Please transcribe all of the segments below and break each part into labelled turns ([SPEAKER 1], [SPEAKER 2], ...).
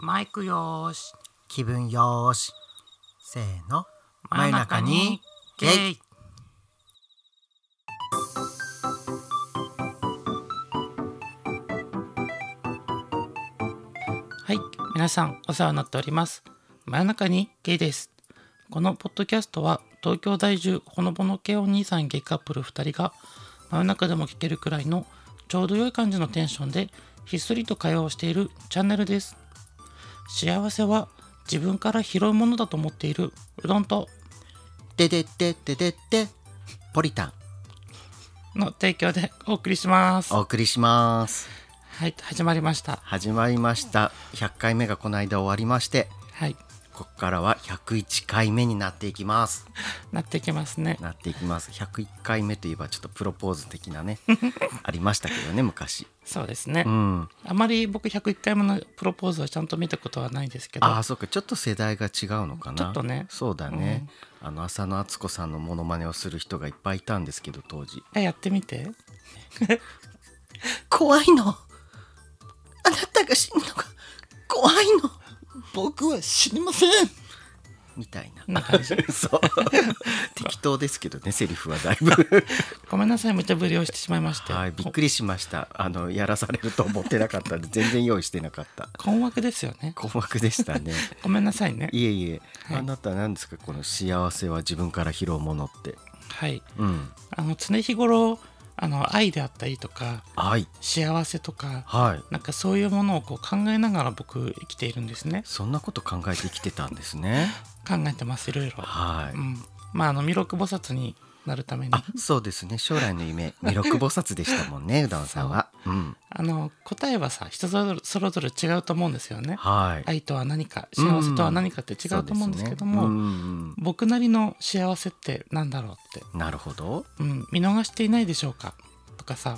[SPEAKER 1] マイクよーし
[SPEAKER 2] 気分よーしせーの
[SPEAKER 1] 真夜中にゲイはい皆さんお世話になっております真夜中にゲイですこのポッドキャストは東京在住ほのぼの系お兄さんゲイカップル2人が真夜中でも聞けるくらいのちょうど良い感じのテンションでひっそりと会話をしているチャンネルです幸せは自分から拾うものだと思っているうどんと
[SPEAKER 2] ででででででポリタン
[SPEAKER 1] の提供でお送りします
[SPEAKER 2] お送りします
[SPEAKER 1] はい始まりました
[SPEAKER 2] 始まりました100回目がこの間終わりまして
[SPEAKER 1] はい
[SPEAKER 2] ここからは101回目になっていきます
[SPEAKER 1] なってきますね
[SPEAKER 2] なっていきます101回目といえばちょっとプロポーズ的 なねありましたけどね昔
[SPEAKER 1] そうですね、
[SPEAKER 2] うん
[SPEAKER 1] あまり僕101回目のプロポーズはちゃんと見たことはないですけど
[SPEAKER 2] ああそうかちょっと世代が違うのかな
[SPEAKER 1] ちょっとね
[SPEAKER 2] そうだね、あの浅野敦子さんのモノマネをする人がいっぱいいたんですけど当時
[SPEAKER 1] えやってみて
[SPEAKER 2] 怖いのあなたが死ぬのが怖いの僕は死にませんみたい
[SPEAKER 1] こん
[SPEAKER 2] な
[SPEAKER 1] な感じ
[SPEAKER 2] そう適当ですけどねセリフはだ いぶ
[SPEAKER 1] ごめんなさい無茶ぶりをしてしまいまして、
[SPEAKER 2] はいびっくりしましたあのやらされると思ってなかったんで全然用意してなかった
[SPEAKER 1] 困惑ですよね
[SPEAKER 2] 困惑でし たね
[SPEAKER 1] ごめんなさいね
[SPEAKER 2] いえいえ、
[SPEAKER 1] はい
[SPEAKER 2] あなた何ですかこの幸せは自分から拾うものって
[SPEAKER 1] はい
[SPEAKER 2] うん
[SPEAKER 1] あの常日頃あの愛であったりとか
[SPEAKER 2] 愛
[SPEAKER 1] 幸せとか
[SPEAKER 2] はい
[SPEAKER 1] なんかそういうものをこう考えながら僕生きているんですね
[SPEAKER 2] そんなこと考えてきてたんですね
[SPEAKER 1] 考えてますいろいろ
[SPEAKER 2] はい、
[SPEAKER 1] うん、まああの弥勒菩薩になるために
[SPEAKER 2] あ
[SPEAKER 1] あ
[SPEAKER 2] そうですね将来の夢弥勒菩薩でしたも んねうどんさんはうん
[SPEAKER 1] の答えはさ人それぞれそれぞれ違うと思うんですよね。
[SPEAKER 2] はい
[SPEAKER 1] 愛とは何か幸せとは何かって違うと思うんですけども、
[SPEAKER 2] そうですねうん
[SPEAKER 1] 僕なりの幸せってなんだろうって、
[SPEAKER 2] うんなるほど
[SPEAKER 1] うん、見逃していないでしょうかとかさ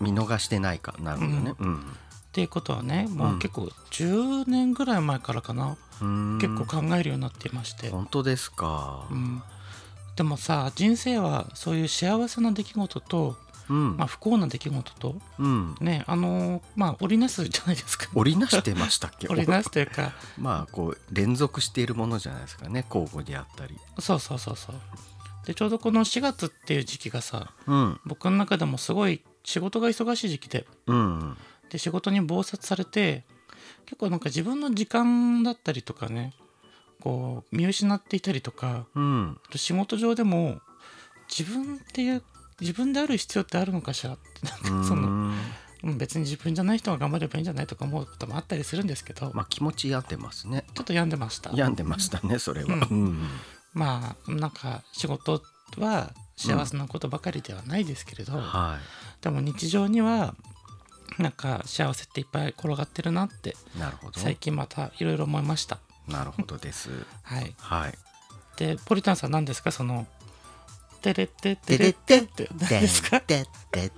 [SPEAKER 2] 見逃してないかなるほどね、うん
[SPEAKER 1] っていうことはねもう結構10年ぐらい前からかな、
[SPEAKER 2] うん
[SPEAKER 1] 結構考えるようになっていまして、
[SPEAKER 2] 本当ですか
[SPEAKER 1] うん、でもさ人生はそういう幸せな出来事と、
[SPEAKER 2] うん、
[SPEAKER 1] まあ、不幸な出来事と
[SPEAKER 2] うん
[SPEAKER 1] ねあのーまあ織りなすじゃないですか。
[SPEAKER 2] 織りなしてましたっ け
[SPEAKER 1] 織りなすというか
[SPEAKER 2] まあこう連続しているものじゃないですかね交互であったり
[SPEAKER 1] そうそうそうそうでちょうどこの4月っていう時期がさ
[SPEAKER 2] うん
[SPEAKER 1] 僕の中でもすごい仕事が忙しい時期で
[SPEAKER 2] うんうん
[SPEAKER 1] で仕事に忙殺されて結構なんか自分の時間だったりとかねこう見失っていたりとか
[SPEAKER 2] うん
[SPEAKER 1] あと仕事上でも自分っていう自分である必要ってあるのかしらってなんかその
[SPEAKER 2] うん
[SPEAKER 1] うん別に自分じゃない人が頑張ればいいんじゃないとか思うこともあったりするんですけど、
[SPEAKER 2] まあ気持ち病んでますね
[SPEAKER 1] ちょっと病んでました。
[SPEAKER 2] 病んでましたねそれは、
[SPEAKER 1] う
[SPEAKER 2] うん
[SPEAKER 1] まあなんか仕事は幸せなことばかりではないですけれど、
[SPEAKER 2] は
[SPEAKER 1] でも日常にはなんか幸せっていっぱい転がってるなって
[SPEAKER 2] いなるほど
[SPEAKER 1] 最近またいろいろ思いました。
[SPEAKER 2] なるほどです
[SPEAKER 1] はい、
[SPEAKER 2] はい
[SPEAKER 1] でポリタンさん何ですかその「テレテテ
[SPEAKER 2] で
[SPEAKER 1] レ
[SPEAKER 2] でで
[SPEAKER 1] テ」って何ですか
[SPEAKER 2] でで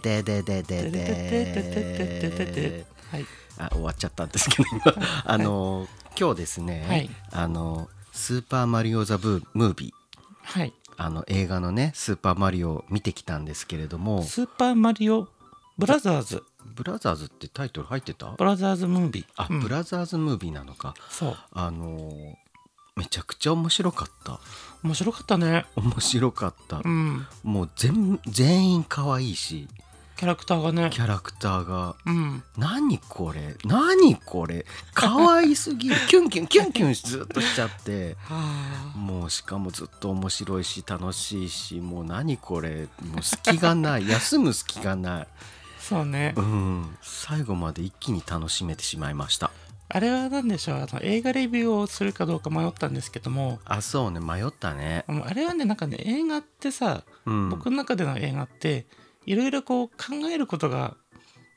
[SPEAKER 2] でででででででで
[SPEAKER 1] はい
[SPEAKER 2] あ終わっちゃったんですけど今あの今日ですね、
[SPEAKER 1] はい
[SPEAKER 2] あのスーパーマリオザブームービー
[SPEAKER 1] はい
[SPEAKER 2] あの映画のねスーパーマリオを見てきたんですけれど
[SPEAKER 1] 「
[SPEAKER 2] も
[SPEAKER 1] スーパーマリオブラザーズ
[SPEAKER 2] ブラザーズってタイトル入ってた
[SPEAKER 1] ブラザーズムービー」
[SPEAKER 2] あ、
[SPEAKER 1] うん
[SPEAKER 2] ブラザーズムービーなのか
[SPEAKER 1] そう
[SPEAKER 2] あのめちゃくちゃ面白かった
[SPEAKER 1] 面白かったね
[SPEAKER 2] 面白かった、
[SPEAKER 1] うん
[SPEAKER 2] もう全全員可愛いし
[SPEAKER 1] キャラクターがね
[SPEAKER 2] キャラクターが
[SPEAKER 1] うん
[SPEAKER 2] 何これ何これ可愛すぎる キュンキュンキュンキュンずっとしちゃって
[SPEAKER 1] はあ
[SPEAKER 2] もうしかもずっと面白いし楽しいしもう何これもう隙がない休む隙がない
[SPEAKER 1] そうね
[SPEAKER 2] うん最後まで一気に楽しめてしまいました
[SPEAKER 1] あれは何でしょうあの映画レビューをするかどうか迷ったんですけども
[SPEAKER 2] あそうね迷ったね
[SPEAKER 1] あのあれはねなんかね映画ってさ、
[SPEAKER 2] うん
[SPEAKER 1] 僕の中での映画っていろいろこう考えることが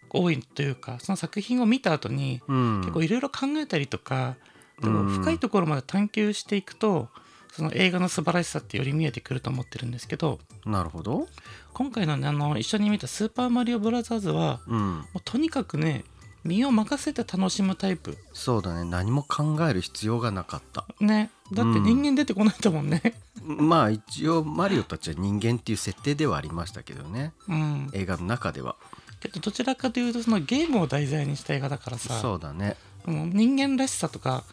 [SPEAKER 1] 多いというかその作品を見た後に
[SPEAKER 2] うん
[SPEAKER 1] 結構いろいろ考えたりとか、でも
[SPEAKER 2] うん
[SPEAKER 1] 深いところまで探求していくとその映画の素晴らしさってより見えてくると思ってるんですけど
[SPEAKER 2] なるほど
[SPEAKER 1] 今回の,、ね、あの一緒に見た「スーパーマリオブラザーズは」
[SPEAKER 2] うん
[SPEAKER 1] もうとにかくね身を任せて楽しむタイプ
[SPEAKER 2] そうだね何も考える必要がなかった
[SPEAKER 1] ねだって
[SPEAKER 2] うん
[SPEAKER 1] 人間出てこないんだもんね、
[SPEAKER 2] まあ一応マリオたちは人間っていう設定ではありましたけどね
[SPEAKER 1] うん、
[SPEAKER 2] 映画の中では
[SPEAKER 1] けどどちらかというとそのゲームを題材にした映画だからさ
[SPEAKER 2] そうだね
[SPEAKER 1] もう人間らしさとか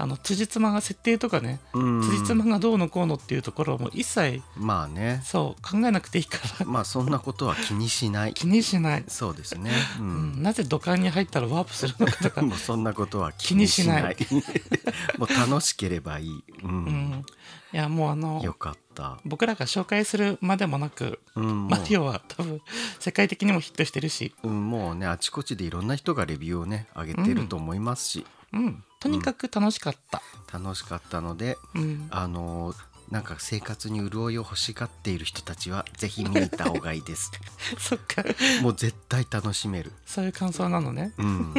[SPEAKER 1] あの辻褄が設定とかね
[SPEAKER 2] うん
[SPEAKER 1] 辻褄がどうのこうのっていうところをもう一切
[SPEAKER 2] まあね
[SPEAKER 1] そう考えなくていいから
[SPEAKER 2] まあそんなことは気にしない
[SPEAKER 1] 気にしない、
[SPEAKER 2] そうですねう
[SPEAKER 1] うんん、なぜ土管に入ったらワープするのかとか、
[SPEAKER 2] もうそんなことは気にしないもう楽しければいい、
[SPEAKER 1] う
[SPEAKER 2] う
[SPEAKER 1] んん、いやもうあ
[SPEAKER 2] よ
[SPEAKER 1] の
[SPEAKER 2] かった、
[SPEAKER 1] 僕らが紹介するまでもなく
[SPEAKER 2] うん、も
[SPEAKER 1] マリ
[SPEAKER 2] う
[SPEAKER 1] オは多分世界的にもヒットしてるし、
[SPEAKER 2] うんもうねあちこちでいろんな人がレビューをね上げてると思いますし、
[SPEAKER 1] うん、とにかく楽しかった、
[SPEAKER 2] 楽しかったので
[SPEAKER 1] うん、
[SPEAKER 2] あのーなんか生活に潤いを欲しがっている人たちはぜひ見に行った方がいいです
[SPEAKER 1] そっか
[SPEAKER 2] もう絶対楽しめる、
[SPEAKER 1] そういう感想なのね
[SPEAKER 2] うん、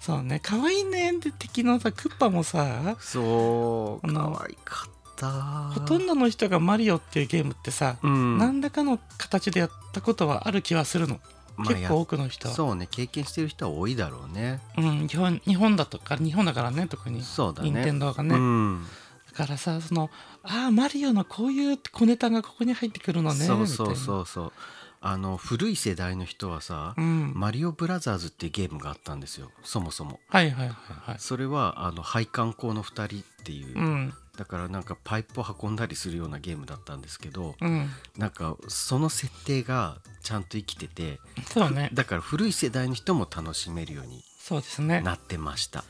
[SPEAKER 1] そうね可愛いねって敵のさクッパもさ
[SPEAKER 2] そう
[SPEAKER 1] あ
[SPEAKER 2] 可
[SPEAKER 1] の
[SPEAKER 2] 愛かった
[SPEAKER 1] ほとんどの人がマリオっていうゲームってさ、
[SPEAKER 2] うん
[SPEAKER 1] 何らかの形でやったことはある気はするの、
[SPEAKER 2] まあ
[SPEAKER 1] 結構多くの人は
[SPEAKER 2] そうね経験してる人は多いだろうね
[SPEAKER 1] うん、日本日本だとか日本だからね特に
[SPEAKER 2] そうだね
[SPEAKER 1] 任天堂がね、
[SPEAKER 2] うん
[SPEAKER 1] だからさそのああマリオのこういう小ネタがここに入ってくるのね
[SPEAKER 2] そうそう
[SPEAKER 1] う、
[SPEAKER 2] そうそうあの古い世代の人はさ、
[SPEAKER 1] うん、
[SPEAKER 2] マリオブラザーズっていうゲームがあったんですよそもそも
[SPEAKER 1] はいはいはいはい
[SPEAKER 2] それはあの配管工の2人っていう、
[SPEAKER 1] うん
[SPEAKER 2] だからなんかパイプを運んだりするようなゲームだったんですけど、
[SPEAKER 1] うん
[SPEAKER 2] なんかその設定がちゃんと生きてて
[SPEAKER 1] そうね
[SPEAKER 2] だから古い世代の人も楽しめるように
[SPEAKER 1] そうですね
[SPEAKER 2] なってました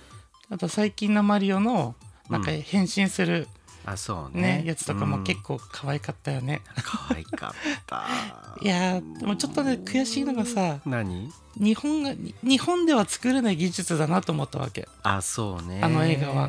[SPEAKER 1] あと最近のマリオのなんか
[SPEAKER 2] うん
[SPEAKER 1] 変身する
[SPEAKER 2] あそう
[SPEAKER 1] ね
[SPEAKER 2] ね、
[SPEAKER 1] やつとかも結
[SPEAKER 2] 構
[SPEAKER 1] 構可愛かったよね、
[SPEAKER 2] 可愛かった
[SPEAKER 1] いやーでもちょっとね悔しいのがさ
[SPEAKER 2] 何
[SPEAKER 1] 日本がに日本では作れない技術だなと思ったわけ
[SPEAKER 2] あそうね
[SPEAKER 1] あの映画は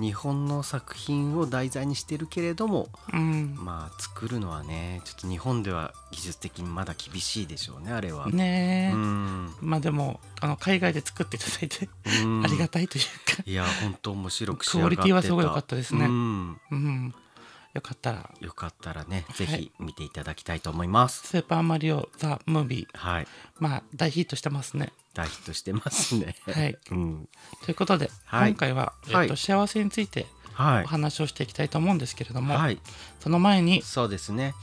[SPEAKER 2] 日本の作品を題材にしてるけれども
[SPEAKER 1] うん
[SPEAKER 2] まあ作るのはねちょっと日本では技術的にまだ厳しいでしょうねあれは、
[SPEAKER 1] ねえ、
[SPEAKER 2] うん
[SPEAKER 1] まあでもあの海外で作っていただいて
[SPEAKER 2] うん
[SPEAKER 1] ありがたいというか
[SPEAKER 2] いや本当面白く仕
[SPEAKER 1] ク
[SPEAKER 2] 上
[SPEAKER 1] オ
[SPEAKER 2] が
[SPEAKER 1] リ
[SPEAKER 2] ってた
[SPEAKER 1] ティはすごい良かったですね
[SPEAKER 2] うん
[SPEAKER 1] うんよかったら
[SPEAKER 2] よかったらね
[SPEAKER 1] い
[SPEAKER 2] ぜひ見ていただきたいと思い
[SPEAKER 1] 「
[SPEAKER 2] ます
[SPEAKER 1] スーパーマリオ・ザ・ムービー
[SPEAKER 2] はい」
[SPEAKER 1] まあ大ヒットしてますね
[SPEAKER 2] 大ヒットしてますね
[SPEAKER 1] はい
[SPEAKER 2] うん
[SPEAKER 1] ということで、
[SPEAKER 2] はい
[SPEAKER 1] 今回は、えっと
[SPEAKER 2] はい
[SPEAKER 1] 幸せについて
[SPEAKER 2] は
[SPEAKER 1] お話をしていきたいと思うんですけれど
[SPEAKER 2] い
[SPEAKER 1] も、
[SPEAKER 2] はい
[SPEAKER 1] その前に
[SPEAKER 2] そうですね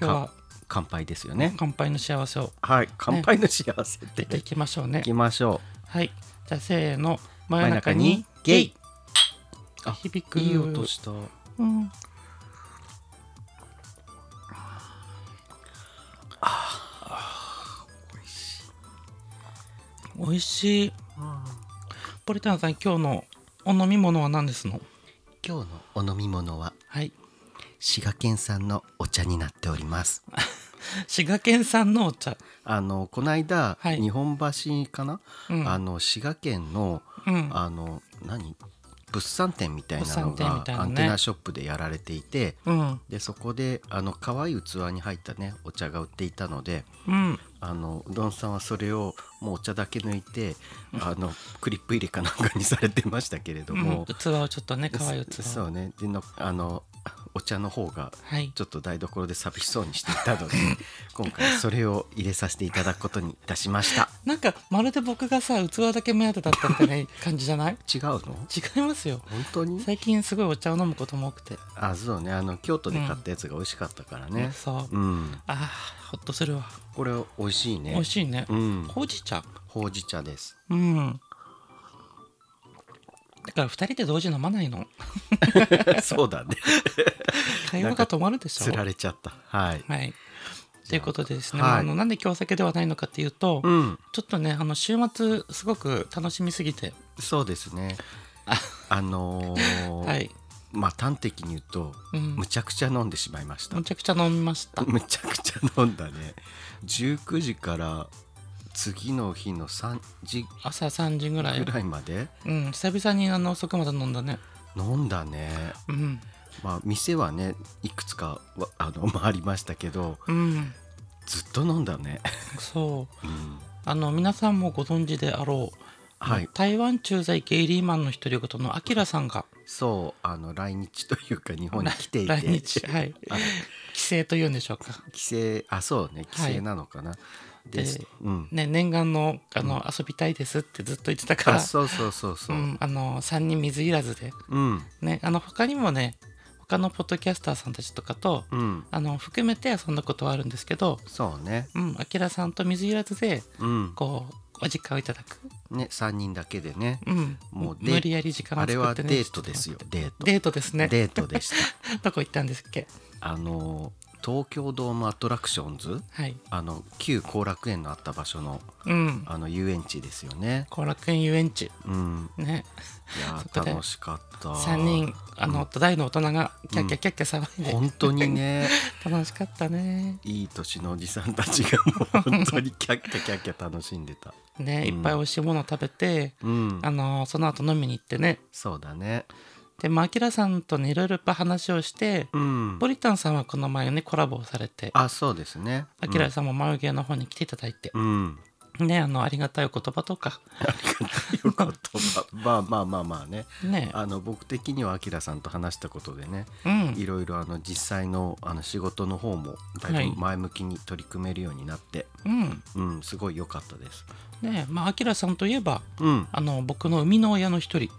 [SPEAKER 1] 今日は
[SPEAKER 2] 乾杯ですよね
[SPEAKER 1] 乾杯の幸せを
[SPEAKER 2] はい乾杯の幸せ
[SPEAKER 1] 出て
[SPEAKER 2] で
[SPEAKER 1] いきましょうね
[SPEAKER 2] いきましょ
[SPEAKER 1] はいじゃあせーの
[SPEAKER 2] う
[SPEAKER 1] 真夜中に
[SPEAKER 2] ゲ
[SPEAKER 1] ゲ
[SPEAKER 2] イ
[SPEAKER 1] イ
[SPEAKER 2] あ
[SPEAKER 1] 響く
[SPEAKER 2] いい音した
[SPEAKER 1] うん
[SPEAKER 2] 美味しい
[SPEAKER 1] 美味しいポリタンさん今日のお飲み物は何ですの
[SPEAKER 2] 今日のお飲み物は
[SPEAKER 1] はい
[SPEAKER 2] 滋賀県産のお茶になってお ります
[SPEAKER 1] 滋賀県産のお茶
[SPEAKER 2] あのこの間、
[SPEAKER 1] はい
[SPEAKER 2] 日本橋かな、
[SPEAKER 1] うん
[SPEAKER 2] あの滋賀県の
[SPEAKER 1] うん
[SPEAKER 2] あの何物産展みたいなの
[SPEAKER 1] 物産展
[SPEAKER 2] が
[SPEAKER 1] みたいなね
[SPEAKER 2] アンテナショップでやられていて
[SPEAKER 1] うん
[SPEAKER 2] でそこであの可愛い器に入ったねお茶が売っていたので
[SPEAKER 1] うん
[SPEAKER 2] あのうどんさんはそれをもうお茶だけ抜いてあ のクリップ入れかなんかにされてましたけれど
[SPEAKER 1] うん
[SPEAKER 2] も、
[SPEAKER 1] 器をちょっとね可愛い器を
[SPEAKER 2] そうねでのあのお茶の方が
[SPEAKER 1] はい
[SPEAKER 2] ちょっと台所で寂しそうにしていた ので今回それを入れさせていただくことにいたしました
[SPEAKER 1] なんかまるで僕がさ器だけ目当てだったみたいな感じじゃない
[SPEAKER 2] 違うの
[SPEAKER 1] 違いますよ
[SPEAKER 2] 本当に
[SPEAKER 1] 最近すごいお茶を飲むことも多くて
[SPEAKER 2] あそうねあの京都で買ったやつが美味しかったからね
[SPEAKER 1] そう
[SPEAKER 2] うん、
[SPEAKER 1] あーほっとするわ
[SPEAKER 2] これ美味しいね
[SPEAKER 1] 美味しいね
[SPEAKER 2] うん
[SPEAKER 1] ほうじ茶
[SPEAKER 2] ほうじ茶 です
[SPEAKER 1] うんだから二人で同時飲まないの
[SPEAKER 2] そうだね
[SPEAKER 1] 会話が止まるでし
[SPEAKER 2] つ
[SPEAKER 1] ょ
[SPEAKER 2] られちゃったはい
[SPEAKER 1] はいということでですね、
[SPEAKER 2] はい
[SPEAKER 1] まああのなんで今日お酒ではないのかっていうと、
[SPEAKER 2] うん
[SPEAKER 1] ちょっとねあの週末すごく楽しみすぎて
[SPEAKER 2] そうですね
[SPEAKER 1] あ
[SPEAKER 2] あのー
[SPEAKER 1] はい、
[SPEAKER 2] まあ端的に言うと
[SPEAKER 1] うん、
[SPEAKER 2] むちゃくちゃ飲んでしまいました
[SPEAKER 1] むちゃくちゃ飲みました
[SPEAKER 2] むちゃくちゃ飲んだね19時から次の日の3時
[SPEAKER 1] 朝3時ぐらい
[SPEAKER 2] ぐらいまで
[SPEAKER 1] うん久々にあの遅くまで飲んだね
[SPEAKER 2] 飲んだね
[SPEAKER 1] うん
[SPEAKER 2] まあ店はねいくつかわあの 回りましたけど
[SPEAKER 1] うん
[SPEAKER 2] ずっと飲んだね、
[SPEAKER 1] そう
[SPEAKER 2] うん、
[SPEAKER 1] あの皆さんもご存知であろう
[SPEAKER 2] はい
[SPEAKER 1] 台湾駐在ゲイリーマンの独り言のアキラさんが
[SPEAKER 2] そうあの来日というか日本に来て いて
[SPEAKER 1] 来 日、はい、
[SPEAKER 2] あ
[SPEAKER 1] 帰省というんでしょうか、
[SPEAKER 2] 帰省あそうね
[SPEAKER 1] はい
[SPEAKER 2] 帰省なのかな、
[SPEAKER 1] で
[SPEAKER 2] ですうん
[SPEAKER 1] ね、念願のあの、遊びたいですってずっと言ってたから
[SPEAKER 2] あそうそうそうそうう、うん
[SPEAKER 1] ん、あの3人水いらずで、
[SPEAKER 2] うん
[SPEAKER 1] ね、あの他にもね他のポッドキャスターさんたちとかとあの含めて遊んだことはあるんですけど
[SPEAKER 2] そうね
[SPEAKER 1] うんあきらさんと水いらずで
[SPEAKER 2] うん
[SPEAKER 1] こうお時間をいただく
[SPEAKER 2] ね3人だけでね
[SPEAKER 1] うん、
[SPEAKER 2] もうデー
[SPEAKER 1] 無理やり時間を
[SPEAKER 2] あれ
[SPEAKER 1] 作
[SPEAKER 2] は
[SPEAKER 1] って
[SPEAKER 2] デ
[SPEAKER 1] ね
[SPEAKER 2] ートですよデート
[SPEAKER 1] デートですね
[SPEAKER 2] デートでした
[SPEAKER 1] どこ行ったんですっけ
[SPEAKER 2] あの東京ドームアトラクションズ
[SPEAKER 1] はい
[SPEAKER 2] あの旧後楽園のあった場所の
[SPEAKER 1] うん
[SPEAKER 2] あの遊園地ですよね。
[SPEAKER 1] 後楽園遊園地
[SPEAKER 2] うん、
[SPEAKER 1] ね
[SPEAKER 2] いや
[SPEAKER 1] そこで
[SPEAKER 2] 楽しかった。
[SPEAKER 1] 3人あの大の大人がキャッキャッキャッキャ騒いで、
[SPEAKER 2] 本当にね、
[SPEAKER 1] 楽しかったね
[SPEAKER 2] いい年のおじさんたちがもう本当にキャッキャキャッキャ楽しんでた。
[SPEAKER 1] ねいっぱい美味しいもの食べて、
[SPEAKER 2] うん、
[SPEAKER 1] あのその後飲みに行ってね
[SPEAKER 2] そうだね。
[SPEAKER 1] でまあアキラさんとねいろいろやっぱ話をして、
[SPEAKER 2] うん
[SPEAKER 1] ポ、リタンさんはこの前ねコラボをされて
[SPEAKER 2] あ、そうですね。
[SPEAKER 1] アキラさんも眉毛の方に来ていただいて、
[SPEAKER 2] うん、
[SPEAKER 1] ねあのありがたいお言葉とか
[SPEAKER 2] よかった。まあまあまあまあね。
[SPEAKER 1] ね
[SPEAKER 2] あの僕的にはあきらさんと話したことでね、
[SPEAKER 1] うん
[SPEAKER 2] いろいろあの実際のあの仕事の方もだいぶ前向きに取り組めるようになって、
[SPEAKER 1] うん
[SPEAKER 2] うん、すごい良かったです。
[SPEAKER 1] ねまあアキラさんといえば
[SPEAKER 2] うん、
[SPEAKER 1] あの僕の生みの親の一人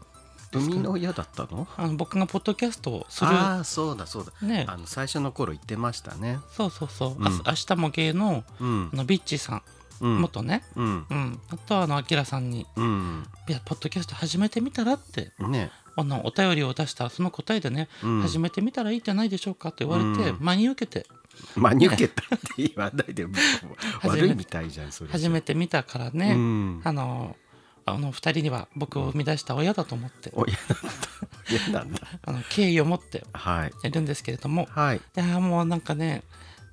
[SPEAKER 2] 生みの親だったの？
[SPEAKER 1] あの僕がポッドキャストをする
[SPEAKER 2] ああ、そうだそうだ。
[SPEAKER 1] ね
[SPEAKER 2] あの最初の頃言ってましたね。
[SPEAKER 1] そうそうそう、
[SPEAKER 2] うん
[SPEAKER 1] あす明日も芸の
[SPEAKER 2] うん
[SPEAKER 1] あ、のビッチさん、
[SPEAKER 2] うん、
[SPEAKER 1] 元ね、
[SPEAKER 2] うん、
[SPEAKER 1] うん、あとはあのアキラさんに
[SPEAKER 2] うん、
[SPEAKER 1] 「いやポッドキャスト始めてみたら?」って
[SPEAKER 2] ね、
[SPEAKER 1] あのお便りを出したその答えでね、
[SPEAKER 2] うん
[SPEAKER 1] 始めてみたらいいじゃないでしょうかと言われて、
[SPEAKER 2] うん
[SPEAKER 1] 真に受けて
[SPEAKER 2] 真に受けたって言わないで、も う
[SPEAKER 1] め
[SPEAKER 2] 悪いみたいじゃんそれ。
[SPEAKER 1] 始めてみたからね、
[SPEAKER 2] うん、
[SPEAKER 1] あのあの2人には僕を生み出した親だと思って、
[SPEAKER 2] お嫌なんだ、嫌なんだ。
[SPEAKER 1] あの敬意を持って
[SPEAKER 2] はい、
[SPEAKER 1] いるんですけれども
[SPEAKER 2] はい。
[SPEAKER 1] いやーもうなんかね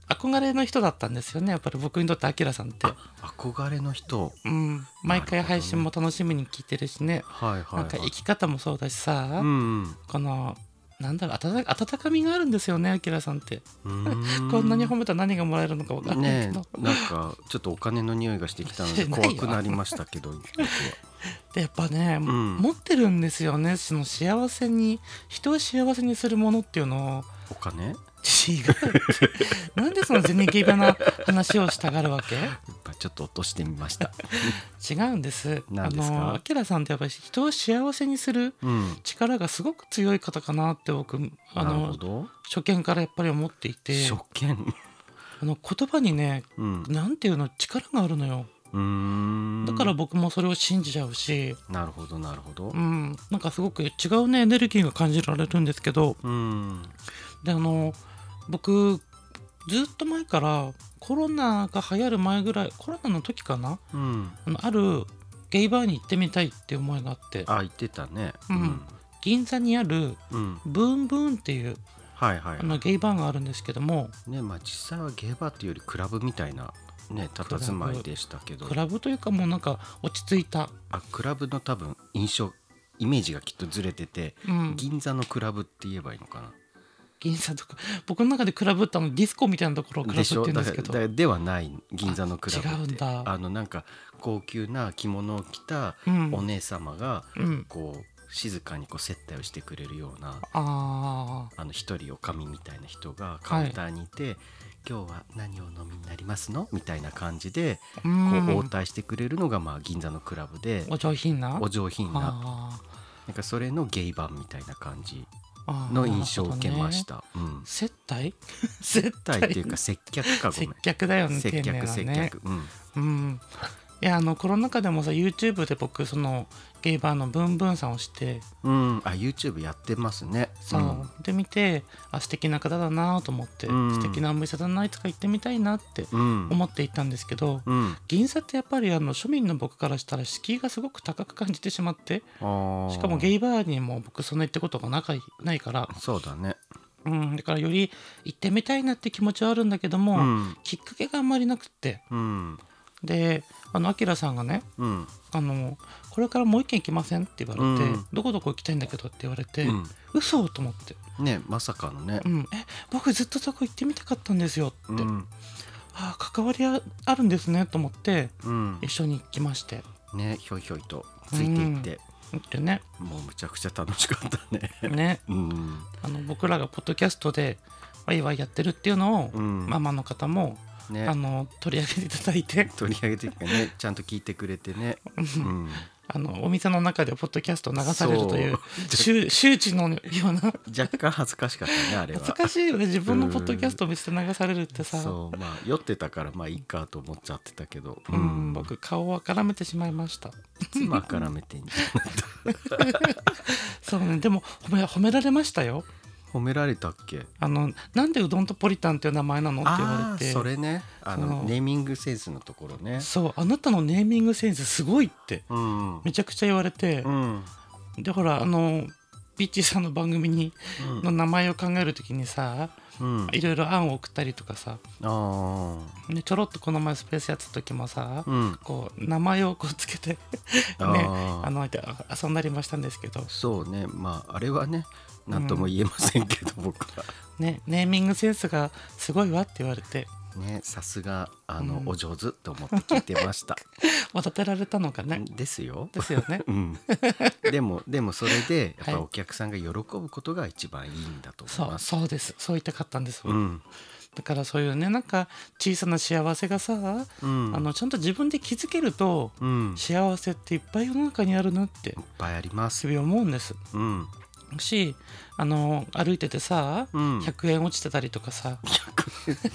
[SPEAKER 1] 憧れの人だったんですよねやっぱり僕にとってアキラさんって、
[SPEAKER 2] 憧れの人。
[SPEAKER 1] うん、毎回配信も楽しみに聞いてるしね
[SPEAKER 2] はいはい、はい。
[SPEAKER 1] なんか生き方もそうだしさ、
[SPEAKER 2] うん、
[SPEAKER 1] このなんだろう温か温かみがあるんですよねあきらさんって
[SPEAKER 2] うん
[SPEAKER 1] こんなに褒めたら何がもらえるのか分かんない
[SPEAKER 2] ね
[SPEAKER 1] けど、
[SPEAKER 2] え、なんかちょっとお金の匂いがしてきたので
[SPEAKER 1] してない
[SPEAKER 2] 怖
[SPEAKER 1] よ
[SPEAKER 2] くなりましたけど、僕は
[SPEAKER 1] でやっぱね、
[SPEAKER 2] ん
[SPEAKER 1] 持ってるんですよねその幸せに人を幸せにするものっていうのを
[SPEAKER 2] お金？や
[SPEAKER 1] 違う ってなんでその銭切れな話をしたがるわけ
[SPEAKER 2] っぱちょっと落としてみました。
[SPEAKER 1] 違うんです
[SPEAKER 2] 何ですか
[SPEAKER 1] あのあきらさんってやっぱり人を幸せにする
[SPEAKER 2] うん、
[SPEAKER 1] 力がすごく強い方かなって僕あ
[SPEAKER 2] なるほ
[SPEAKER 1] の
[SPEAKER 2] ど。
[SPEAKER 1] 初見からやっぱり思っていて
[SPEAKER 2] 初見。
[SPEAKER 1] あの言葉にね
[SPEAKER 2] うん。
[SPEAKER 1] なんていうの力があるのよ
[SPEAKER 2] うーん
[SPEAKER 1] だから僕もそれを信じちゃうし、
[SPEAKER 2] なるほどなるほど
[SPEAKER 1] う。ん、なんかすごく違うねエネルギーが感じられるんですけど
[SPEAKER 2] うん。
[SPEAKER 1] であの僕ずっと前からコロナが流行る前ぐらいコロナの時かな
[SPEAKER 2] うん。
[SPEAKER 1] あのあるゲイバーに行ってみたいっていう思いがあって
[SPEAKER 2] あ言ってたね。
[SPEAKER 1] うん銀座にある
[SPEAKER 2] うん。うん。
[SPEAKER 1] ブーンブーンっていう
[SPEAKER 2] はいはい
[SPEAKER 1] あ。のゲイバーがあるんですけども
[SPEAKER 2] ねまあ実際はゲーバーっていうよりクラブみたいなね佇まいでしたけど、
[SPEAKER 1] クラブというかもうなんか落ち着いた、
[SPEAKER 2] あクラブの多分印象イメージがきっとずれてて、
[SPEAKER 1] うん、
[SPEAKER 2] 銀座のクラブって言えばいいのかな。
[SPEAKER 1] 銀座とか僕の中でクラブってあのディスコみたいなところをクラブっ
[SPEAKER 2] で
[SPEAKER 1] て
[SPEAKER 2] し
[SPEAKER 1] 言
[SPEAKER 2] ょ
[SPEAKER 1] うん
[SPEAKER 2] だ
[SPEAKER 1] で
[SPEAKER 2] か
[SPEAKER 1] す
[SPEAKER 2] ら
[SPEAKER 1] けど
[SPEAKER 2] だからではない銀座のクラブって
[SPEAKER 1] あ違うんだ
[SPEAKER 2] あのなんか高級な着物を着た
[SPEAKER 1] うん
[SPEAKER 2] お姉様が
[SPEAKER 1] うん
[SPEAKER 2] こう静かにこう接待をしてくれるような
[SPEAKER 1] あ
[SPEAKER 2] あの一人おかみみたいな人がカウンターにいて、今日は何をお飲みになりますのみたいな感じで
[SPEAKER 1] あ、
[SPEAKER 2] こ
[SPEAKER 1] う
[SPEAKER 2] う応
[SPEAKER 1] ん
[SPEAKER 2] 対してくれるのがまあ銀座のクラブで
[SPEAKER 1] お上品な
[SPEAKER 2] お上品な
[SPEAKER 1] あ
[SPEAKER 2] なんかそれのゲイ版みたいな感じ
[SPEAKER 1] あ
[SPEAKER 2] の印象を受けまし
[SPEAKER 1] なる
[SPEAKER 2] た。 うん、
[SPEAKER 1] ほどね接 待接
[SPEAKER 2] 接待っていうか接客かご
[SPEAKER 1] 接
[SPEAKER 2] めん
[SPEAKER 1] 客だよね
[SPEAKER 2] 接
[SPEAKER 1] 丁寧
[SPEAKER 2] 客
[SPEAKER 1] な
[SPEAKER 2] 接
[SPEAKER 1] ね
[SPEAKER 2] 客、うん、
[SPEAKER 1] うんいやあのコロナ禍でもさ YouTube で僕そのゲイバーのブンブンさんをして
[SPEAKER 2] うん、あ YouTube やってますね。
[SPEAKER 1] さ、で見てあ素敵な方だなと思って、
[SPEAKER 2] うん
[SPEAKER 1] 素敵なお店だないつか行ってみたいなって
[SPEAKER 2] うん、うん、
[SPEAKER 1] 思っていたんですけど、
[SPEAKER 2] うん、
[SPEAKER 1] 銀座ってやっぱりあの庶民の僕からしたら敷居がすごく高く感じてしまってしかもゲ
[SPEAKER 2] イ
[SPEAKER 1] イバーにも僕そんな行ったことがなかいないから、
[SPEAKER 2] そうだね。
[SPEAKER 1] うん、だからより行ってみたいなって気持ちはあるんだけども、
[SPEAKER 2] うん、
[SPEAKER 1] きっかけがあんまりなくって
[SPEAKER 2] うん、
[SPEAKER 1] であのアキラさんがね
[SPEAKER 2] うん、
[SPEAKER 1] あの「これからもう一軒行きません?」って言われて、
[SPEAKER 2] うん
[SPEAKER 1] どこどこ行きたいんだけど」って言われて「
[SPEAKER 2] うん
[SPEAKER 1] 嘘と思って
[SPEAKER 2] ね、まさかのね
[SPEAKER 1] 「う。ん、え僕ずっとそこ行ってみたかったんですよ」って「
[SPEAKER 2] うん、
[SPEAKER 1] ああ関わりああるんですね」と思って
[SPEAKER 2] うん
[SPEAKER 1] 一、緒に行きまして
[SPEAKER 2] ね、ひょいひょいとついていって、
[SPEAKER 1] でね
[SPEAKER 2] もうむちゃくちゃ楽しかった ね。
[SPEAKER 1] ね
[SPEAKER 2] うん、
[SPEAKER 1] あの僕らがポッドキャストでワイワイやってるっていうのを、
[SPEAKER 2] うん
[SPEAKER 1] ママの方も、あ
[SPEAKER 2] ね、
[SPEAKER 1] の取り上げていただいて
[SPEAKER 2] 取り上げてね、ちゃんと聞いてくれてね。うん、
[SPEAKER 1] あのお店の中でポッドキャストを流されると いう
[SPEAKER 2] そう
[SPEAKER 1] 周周知のような
[SPEAKER 2] 若干恥ずかしかったねあれは
[SPEAKER 1] 恥ずかしいよね自分のポッドキャストを見せて流されるってさ
[SPEAKER 2] そうまあ酔ってたからまあいいかと思っちゃってたけど
[SPEAKER 1] うん僕顔をからめてしまいました
[SPEAKER 2] 妻絡めてんじゃん
[SPEAKER 1] そうねでも褒め褒められましたよ
[SPEAKER 2] 褒められたっけ
[SPEAKER 1] あのなんでうどんとポリタンっていう名前なのって言わ
[SPEAKER 2] あ
[SPEAKER 1] れ
[SPEAKER 2] あ
[SPEAKER 1] て
[SPEAKER 2] それねあの
[SPEAKER 1] そう
[SPEAKER 2] ネーミングセンスのところね
[SPEAKER 1] そうあなたのネーミングセンスすごいって
[SPEAKER 2] うんうん
[SPEAKER 1] めちゃくちゃ言われて
[SPEAKER 2] う、ん
[SPEAKER 1] でほらあのピッチさんの番組にの名前を考えるときにさ
[SPEAKER 2] うん
[SPEAKER 1] いろいろ案を送ったりとかさ
[SPEAKER 2] あ
[SPEAKER 1] ねちょろっとこの前スペースやってた時もさ、
[SPEAKER 2] あうん
[SPEAKER 1] こう名前をこうつけてね
[SPEAKER 2] あ
[SPEAKER 1] あ
[SPEAKER 2] ー
[SPEAKER 1] のあ遊んだりましたんですけど
[SPEAKER 2] そうねまああれはね何とも言えませんけど、僕は
[SPEAKER 1] ねネーミングセンスがすごいわって言われて
[SPEAKER 2] ねさすがあ
[SPEAKER 1] う
[SPEAKER 2] の
[SPEAKER 1] ん
[SPEAKER 2] お上手と思って聞いてま した、
[SPEAKER 1] おだてられたのかね
[SPEAKER 2] ですよ
[SPEAKER 1] ですよ ね
[SPEAKER 2] うん、でもでもそれでやっ
[SPEAKER 1] はい
[SPEAKER 2] ぱお客さんが喜ぶことが一番いいんだと思い
[SPEAKER 1] そう
[SPEAKER 2] ます。
[SPEAKER 1] そうですそう言いたかったんです、
[SPEAKER 2] うん
[SPEAKER 1] だからそういうねなんか小さな幸せがさ、
[SPEAKER 2] うん
[SPEAKER 1] あのちゃんと自分で気づけると
[SPEAKER 2] うん、いっ
[SPEAKER 1] 幸せっていっぱい世の中にあるなって
[SPEAKER 2] ぱいあります。
[SPEAKER 1] すごい思うんです
[SPEAKER 2] うん
[SPEAKER 1] しあの歩いててさ
[SPEAKER 2] うん、100
[SPEAKER 1] 100円落ちてたりとか さ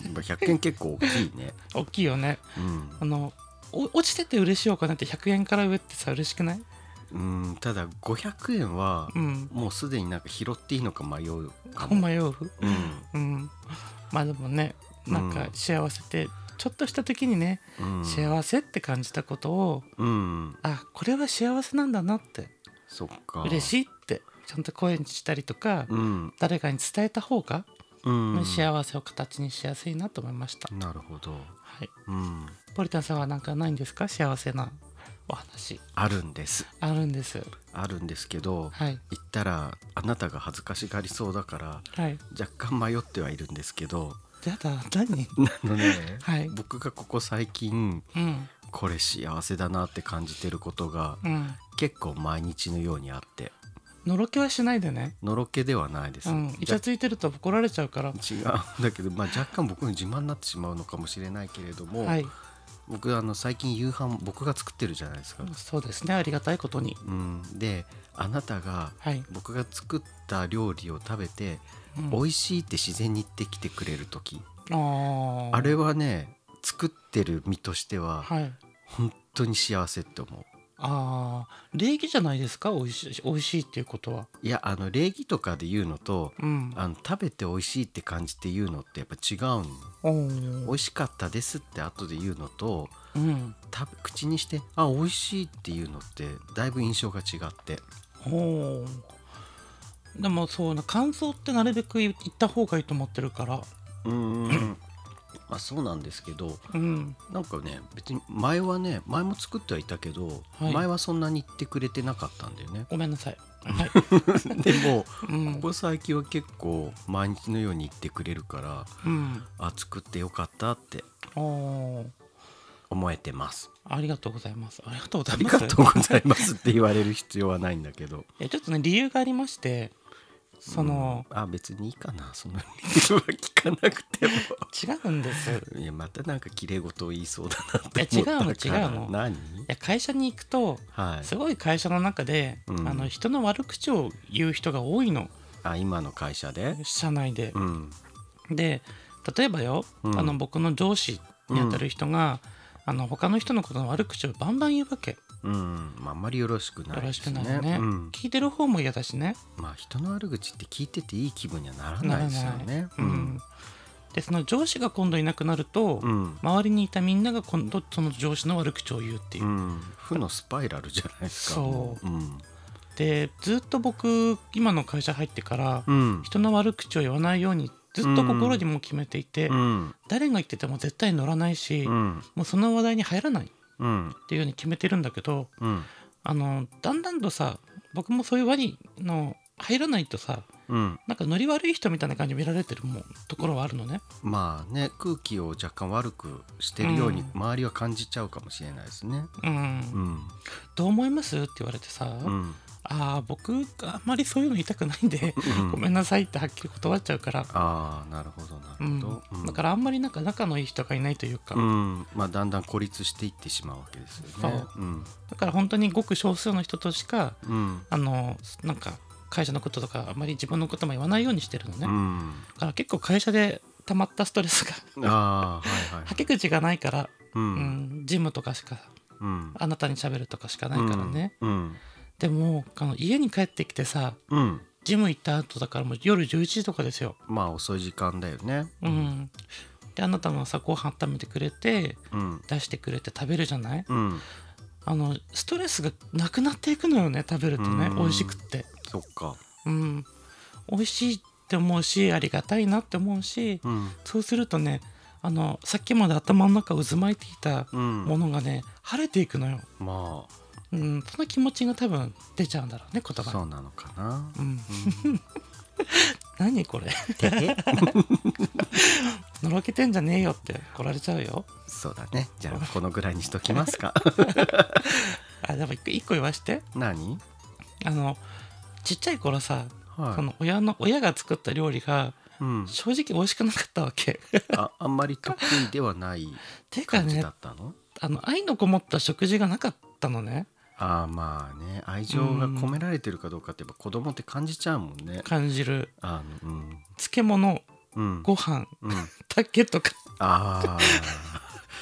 [SPEAKER 2] 円まあ100円結構大きいね。
[SPEAKER 1] 大きいよね
[SPEAKER 2] うん
[SPEAKER 1] あのお落ちてて嬉しいお金って100円から上ってさ嬉しくない
[SPEAKER 2] うん、ただ500円は
[SPEAKER 1] うん
[SPEAKER 2] もうすでになんか拾っていいのか迷うかも。
[SPEAKER 1] 迷う
[SPEAKER 2] うん
[SPEAKER 1] うんまあでもねなんか幸せってちょっとした時にね、
[SPEAKER 2] うん
[SPEAKER 1] 幸せって感じたことを
[SPEAKER 2] うん、
[SPEAKER 1] あこれは幸せなんだなって
[SPEAKER 2] そっか。
[SPEAKER 1] 嬉
[SPEAKER 2] い。
[SPEAKER 1] しいってちゃんと声にしたりとか、
[SPEAKER 2] うん、
[SPEAKER 1] 誰かに伝えた方が、
[SPEAKER 2] うん、
[SPEAKER 1] 幸せを形にしやすいなと思いました、
[SPEAKER 2] なるほど。
[SPEAKER 1] はい、
[SPEAKER 2] うん、
[SPEAKER 1] ポリタンさんは何かないんですか幸せなお話
[SPEAKER 2] あるんです。
[SPEAKER 1] あるんです
[SPEAKER 2] あるんですけど、
[SPEAKER 1] はい
[SPEAKER 2] 言ったらあなたが恥ずかしがりそうだから
[SPEAKER 1] はい
[SPEAKER 2] 若干迷ってはいるんですけど
[SPEAKER 1] やだ何
[SPEAKER 2] あのね、
[SPEAKER 1] はい
[SPEAKER 2] 僕がここ最近
[SPEAKER 1] うん
[SPEAKER 2] これ幸せだなって感じてることが
[SPEAKER 1] うん
[SPEAKER 2] 結構毎日のようにあって
[SPEAKER 1] のろけはしないでね
[SPEAKER 2] のろけではないです、
[SPEAKER 1] うんイチャついてると怒られちゃうから
[SPEAKER 2] 違うんだけど、まあ、若干僕の自慢になってしまうのかもしれないけれども、
[SPEAKER 1] はい
[SPEAKER 2] 僕あの最近夕飯僕が作ってるじゃないですか。
[SPEAKER 1] そうですねありがたいことに
[SPEAKER 2] うん、であなたが
[SPEAKER 1] はい、
[SPEAKER 2] 僕が作った料理を食べて、
[SPEAKER 1] うん
[SPEAKER 2] 美味しいって自然に言ってきてくれる時
[SPEAKER 1] あー
[SPEAKER 2] あれはね作ってる身としては
[SPEAKER 1] はい
[SPEAKER 2] 本当に幸せって思う
[SPEAKER 1] ああ礼儀じゃないですかおいしいおいしいっていうことはい
[SPEAKER 2] やあの礼儀とかで言うのと
[SPEAKER 1] うん
[SPEAKER 2] あの食べて美味しいって感じて言うのってやっぱ違うの
[SPEAKER 1] お
[SPEAKER 2] 美
[SPEAKER 1] ー
[SPEAKER 2] 味しかったですって後で言うのと
[SPEAKER 1] うん
[SPEAKER 2] 食べ口にしてあ美味しいっていうのってだいぶ印象が違って
[SPEAKER 1] ほうでもそうな感想ってなるべく言った方がいいと思ってるから
[SPEAKER 2] うーんまあそうなんですけど
[SPEAKER 1] うん
[SPEAKER 2] なんかね別に前はね前も作ってはいたけど、
[SPEAKER 1] はい
[SPEAKER 2] 前はそんなに言ってくれてなかったんだよね
[SPEAKER 1] ごめんなさいはい、
[SPEAKER 2] でも
[SPEAKER 1] うん
[SPEAKER 2] ここ最近は結構毎日のように言ってくれるから
[SPEAKER 1] うん、
[SPEAKER 2] あ作ってよかったって
[SPEAKER 1] おー
[SPEAKER 2] 思えてます。
[SPEAKER 1] ありがとうございますありがとうござ
[SPEAKER 2] あ
[SPEAKER 1] い
[SPEAKER 2] り
[SPEAKER 1] ま
[SPEAKER 2] が
[SPEAKER 1] す
[SPEAKER 2] とうございますって言われる必要はないんだけど。
[SPEAKER 1] えちょっとね理由がありましてその、
[SPEAKER 2] うんあ別にいいかなその理由は聞かなくても。
[SPEAKER 1] 違うんです い
[SPEAKER 2] いやまたなんか綺麗事を言いそうだなっ
[SPEAKER 1] いや
[SPEAKER 2] て思ったから
[SPEAKER 1] 違うの違うの
[SPEAKER 2] 何
[SPEAKER 1] や会社に行くと
[SPEAKER 2] はい
[SPEAKER 1] すごい会社の中で、
[SPEAKER 2] うん
[SPEAKER 1] あの人の悪口を言う人が多いの
[SPEAKER 2] あ今の会社で
[SPEAKER 1] 社内で
[SPEAKER 2] う、ん
[SPEAKER 1] で例えばよ、
[SPEAKER 2] うん
[SPEAKER 1] あの僕の上司にあたる人が、あの他の人のことの悪口をバンバン言うわけ、
[SPEAKER 2] うん、まあ、あんまりよろしくな
[SPEAKER 1] よ
[SPEAKER 2] い
[SPEAKER 1] ろ
[SPEAKER 2] で
[SPEAKER 1] しく
[SPEAKER 2] す
[SPEAKER 1] ない
[SPEAKER 2] ね
[SPEAKER 1] よね、
[SPEAKER 2] うん、
[SPEAKER 1] 聞いてる方も嫌だしね
[SPEAKER 2] まあ人の悪口って聞いてていい気分にはなら
[SPEAKER 1] な
[SPEAKER 2] ない
[SPEAKER 1] ら
[SPEAKER 2] ですよ
[SPEAKER 1] ない、
[SPEAKER 2] ね。
[SPEAKER 1] うんでその上司が今度いなくなると、
[SPEAKER 2] うん
[SPEAKER 1] 周りにいたみんなが今度その上司の悪口を言うっていう、
[SPEAKER 2] うん、負のスパイラルじゃないですか。
[SPEAKER 1] そう
[SPEAKER 2] もう。うん。
[SPEAKER 1] でずっと僕今の会社入ってから、
[SPEAKER 2] うん。
[SPEAKER 1] 人の悪口を言わないようにずっと心にも決めていて、
[SPEAKER 2] うん。
[SPEAKER 1] 誰が言ってても絶対乗らないし、
[SPEAKER 2] うん。
[SPEAKER 1] もうその話題に入らないっ
[SPEAKER 2] うん。
[SPEAKER 1] ていうように決めてるんだけど
[SPEAKER 2] うん。
[SPEAKER 1] あのだんだんとさ僕もそういう輪にの入らないとさ
[SPEAKER 2] うん。
[SPEAKER 1] なんかノリ悪い人みたいな感じで見られてるもんところはあるのね。
[SPEAKER 2] まあね、空気を若干悪くしてるように
[SPEAKER 1] うん
[SPEAKER 2] 周りは感じちゃうかもしれないですね。
[SPEAKER 1] うん
[SPEAKER 2] うん。
[SPEAKER 1] どう思いますって言われてさ、
[SPEAKER 2] うん。
[SPEAKER 1] ああ僕あんまりそういうの言いたくないんで、
[SPEAKER 2] うん
[SPEAKER 1] ごめんなさいってはっきり断っちゃうから、
[SPEAKER 2] ああなるほどな
[SPEAKER 1] う
[SPEAKER 2] る
[SPEAKER 1] ん
[SPEAKER 2] ほど、うん
[SPEAKER 1] だからあんまりなんか仲のいい人がいないというか、
[SPEAKER 2] うんまあ、だんだん孤立していってしまうわけですよね。うん
[SPEAKER 1] だから本当にごく少数の人としか
[SPEAKER 2] うん
[SPEAKER 1] あのなんか会社のこととかあんまり自分のことも言わないようにしてるのね、
[SPEAKER 2] う
[SPEAKER 1] だ
[SPEAKER 2] ん、
[SPEAKER 1] から結構会社で溜まったストレスが
[SPEAKER 2] ああはいはい。
[SPEAKER 1] はけ口がないから、
[SPEAKER 2] う
[SPEAKER 1] うんん、ジムとかしか
[SPEAKER 2] うん
[SPEAKER 1] あなたに喋るとかしかないからね、。
[SPEAKER 2] うん
[SPEAKER 1] でもあの家に帰ってきてさ
[SPEAKER 2] うん
[SPEAKER 1] ジム行った後だからもう夜11時とかですよ
[SPEAKER 2] まあ遅い時間だよね。
[SPEAKER 1] うんであなたもさご飯温めてくれて
[SPEAKER 2] うん
[SPEAKER 1] 出してくれて食べるじゃない
[SPEAKER 2] うん
[SPEAKER 1] あのストレスがなくなっていくのよね食べるとね
[SPEAKER 2] うん
[SPEAKER 1] 美味しくって
[SPEAKER 2] そっか。
[SPEAKER 1] うん美味しいって思うしありがたいなって思うし
[SPEAKER 2] うん
[SPEAKER 1] そうするとねあのさっきまで頭の中渦巻いていた
[SPEAKER 2] うん
[SPEAKER 1] ものがね晴れていくのよ、
[SPEAKER 2] ま
[SPEAKER 1] うん、その気持ちが多分出ちゃうんだろうね
[SPEAKER 2] あ
[SPEAKER 1] 言葉
[SPEAKER 2] そ
[SPEAKER 1] に
[SPEAKER 2] うなのかな。
[SPEAKER 1] うん、
[SPEAKER 2] うん
[SPEAKER 1] 何これ のろけてんじゃねえよって来られちゃうよ
[SPEAKER 2] そうだね。じゃあこのぐらいにしときますか。
[SPEAKER 1] あでも一個一個言わして
[SPEAKER 2] 何？
[SPEAKER 1] あのちっちゃい頃さ、
[SPEAKER 2] はい。
[SPEAKER 1] その親の親が作った料理が
[SPEAKER 2] うん、
[SPEAKER 1] 正直美味しくなかったわ け
[SPEAKER 2] ああんまり得意ではない
[SPEAKER 1] ていうか
[SPEAKER 2] 感じ
[SPEAKER 1] ね
[SPEAKER 2] だったの、
[SPEAKER 1] あの愛のこもった食事がなかったのね
[SPEAKER 2] ああまあね愛情が込められてるかどうかってやっぱ子供って感じちゃうもんね。
[SPEAKER 1] 感じる
[SPEAKER 2] あのうん
[SPEAKER 1] 漬物
[SPEAKER 2] うん
[SPEAKER 1] ご飯
[SPEAKER 2] うん、
[SPEAKER 1] 竹とか
[SPEAKER 2] あ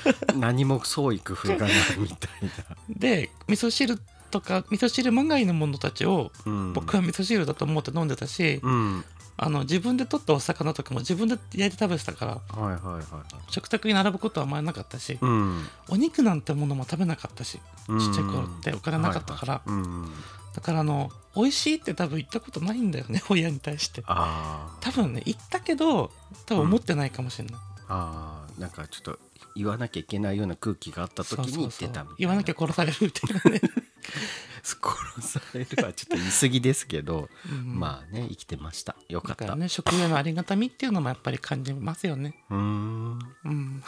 [SPEAKER 2] ー何も創意工夫がないみたいな。
[SPEAKER 1] で味噌汁とか味噌汁まがいのものたちを
[SPEAKER 2] うん、
[SPEAKER 1] 僕は味噌汁だと思って飲んでたし、
[SPEAKER 2] うんはい
[SPEAKER 1] あの自分で取ったお魚とかも自分で焼いて食べてたから
[SPEAKER 2] はいはいはい。
[SPEAKER 1] 食卓に並ぶことはあんまりなかったし、
[SPEAKER 2] うん
[SPEAKER 1] お肉なんてものも食べなかったし
[SPEAKER 2] うん
[SPEAKER 1] ちっちゃい頃ってお金なかったから
[SPEAKER 2] はいはいうん、
[SPEAKER 1] だからあの美味しいって多分言ったことないんだよね親に対して
[SPEAKER 2] あー
[SPEAKER 1] 多分ね言ったけど多分思ってないかもしれない、
[SPEAKER 2] あーなんかちょっと言わなきゃいけないような空気があった時
[SPEAKER 1] そう
[SPEAKER 2] に
[SPEAKER 1] そ
[SPEAKER 2] 言
[SPEAKER 1] う
[SPEAKER 2] っ
[SPEAKER 1] そ
[SPEAKER 2] て
[SPEAKER 1] う
[SPEAKER 2] たみたいな
[SPEAKER 1] 言わなきゃ殺されるみたいなね、
[SPEAKER 2] 殺さ れるはちょっと言い過ぎですけど、
[SPEAKER 1] うん
[SPEAKER 2] まあね生きてましたよか
[SPEAKER 1] だ
[SPEAKER 2] っ
[SPEAKER 1] か
[SPEAKER 2] た、
[SPEAKER 1] らね食へのありがたみっていうのもやっぱり感じますよね
[SPEAKER 2] うーん
[SPEAKER 1] うん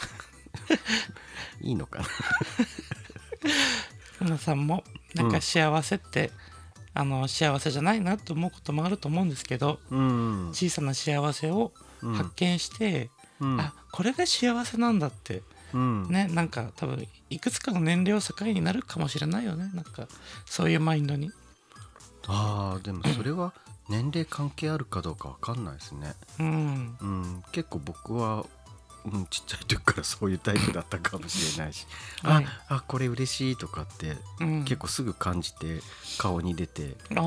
[SPEAKER 2] いいのかな
[SPEAKER 1] 皆さんもなん
[SPEAKER 2] う
[SPEAKER 1] か
[SPEAKER 2] ん
[SPEAKER 1] 幸せって、あの幸せじゃないなと思うこともあると思うんですけど
[SPEAKER 2] うん
[SPEAKER 1] 小さな幸せを
[SPEAKER 2] うん
[SPEAKER 1] 発見して、
[SPEAKER 2] うん
[SPEAKER 1] あこれが幸せなんだって
[SPEAKER 2] うん
[SPEAKER 1] ねなんか多分いくつかの年齢を境になるかもしれないよねなんかそういうマインドに
[SPEAKER 2] あーでもそれは年齢関係あるかどうかわかんないですね、
[SPEAKER 1] うん
[SPEAKER 2] うん、結構僕は、うん、ちっちゃい時からそういうタイプだったかもしれないし、
[SPEAKER 1] はい
[SPEAKER 2] ああこれ嬉しいとかって
[SPEAKER 1] うん
[SPEAKER 2] 結構すぐ感じて顔に出て、
[SPEAKER 1] あ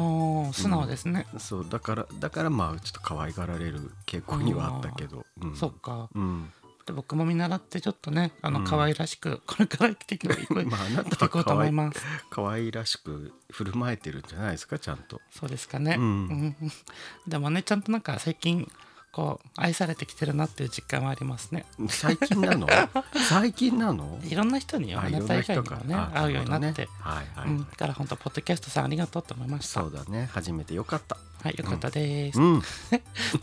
[SPEAKER 1] あ素直ですね、
[SPEAKER 2] そうだからだからまあちょっと可愛がられる傾向にはあったけど、うん、
[SPEAKER 1] そっか
[SPEAKER 2] うん、
[SPEAKER 1] で僕も見習ってちょっとねあ
[SPEAKER 2] う
[SPEAKER 1] の
[SPEAKER 2] ん
[SPEAKER 1] 可愛らしくこれから生きていけばいい
[SPEAKER 2] まああな
[SPEAKER 1] 生き
[SPEAKER 2] た
[SPEAKER 1] てい
[SPEAKER 2] は
[SPEAKER 1] こうと
[SPEAKER 2] 可
[SPEAKER 1] 思
[SPEAKER 2] 愛
[SPEAKER 1] い
[SPEAKER 2] い
[SPEAKER 1] ます
[SPEAKER 2] 可愛らしく振る舞えてるんじゃないですかちゃんと。
[SPEAKER 1] そうですかね、
[SPEAKER 2] うん
[SPEAKER 1] うん でもねちゃんとなんか最近こう愛されてきてるなっていう実感はありますね
[SPEAKER 2] 最近なの 最近なの
[SPEAKER 1] いろんな人によ
[SPEAKER 2] あ
[SPEAKER 1] あ
[SPEAKER 2] い
[SPEAKER 1] な
[SPEAKER 2] ろん
[SPEAKER 1] た
[SPEAKER 2] な
[SPEAKER 1] 以外
[SPEAKER 2] 人
[SPEAKER 1] に
[SPEAKER 2] か
[SPEAKER 1] も
[SPEAKER 2] ら
[SPEAKER 1] ね
[SPEAKER 2] あ
[SPEAKER 1] 会うようになって、
[SPEAKER 2] るほどねはいはい、
[SPEAKER 1] うん、だから本当ポッドキャストさんありがとうと思いました
[SPEAKER 2] そうだね初めてよかった。
[SPEAKER 1] はいよかったです、
[SPEAKER 2] うん、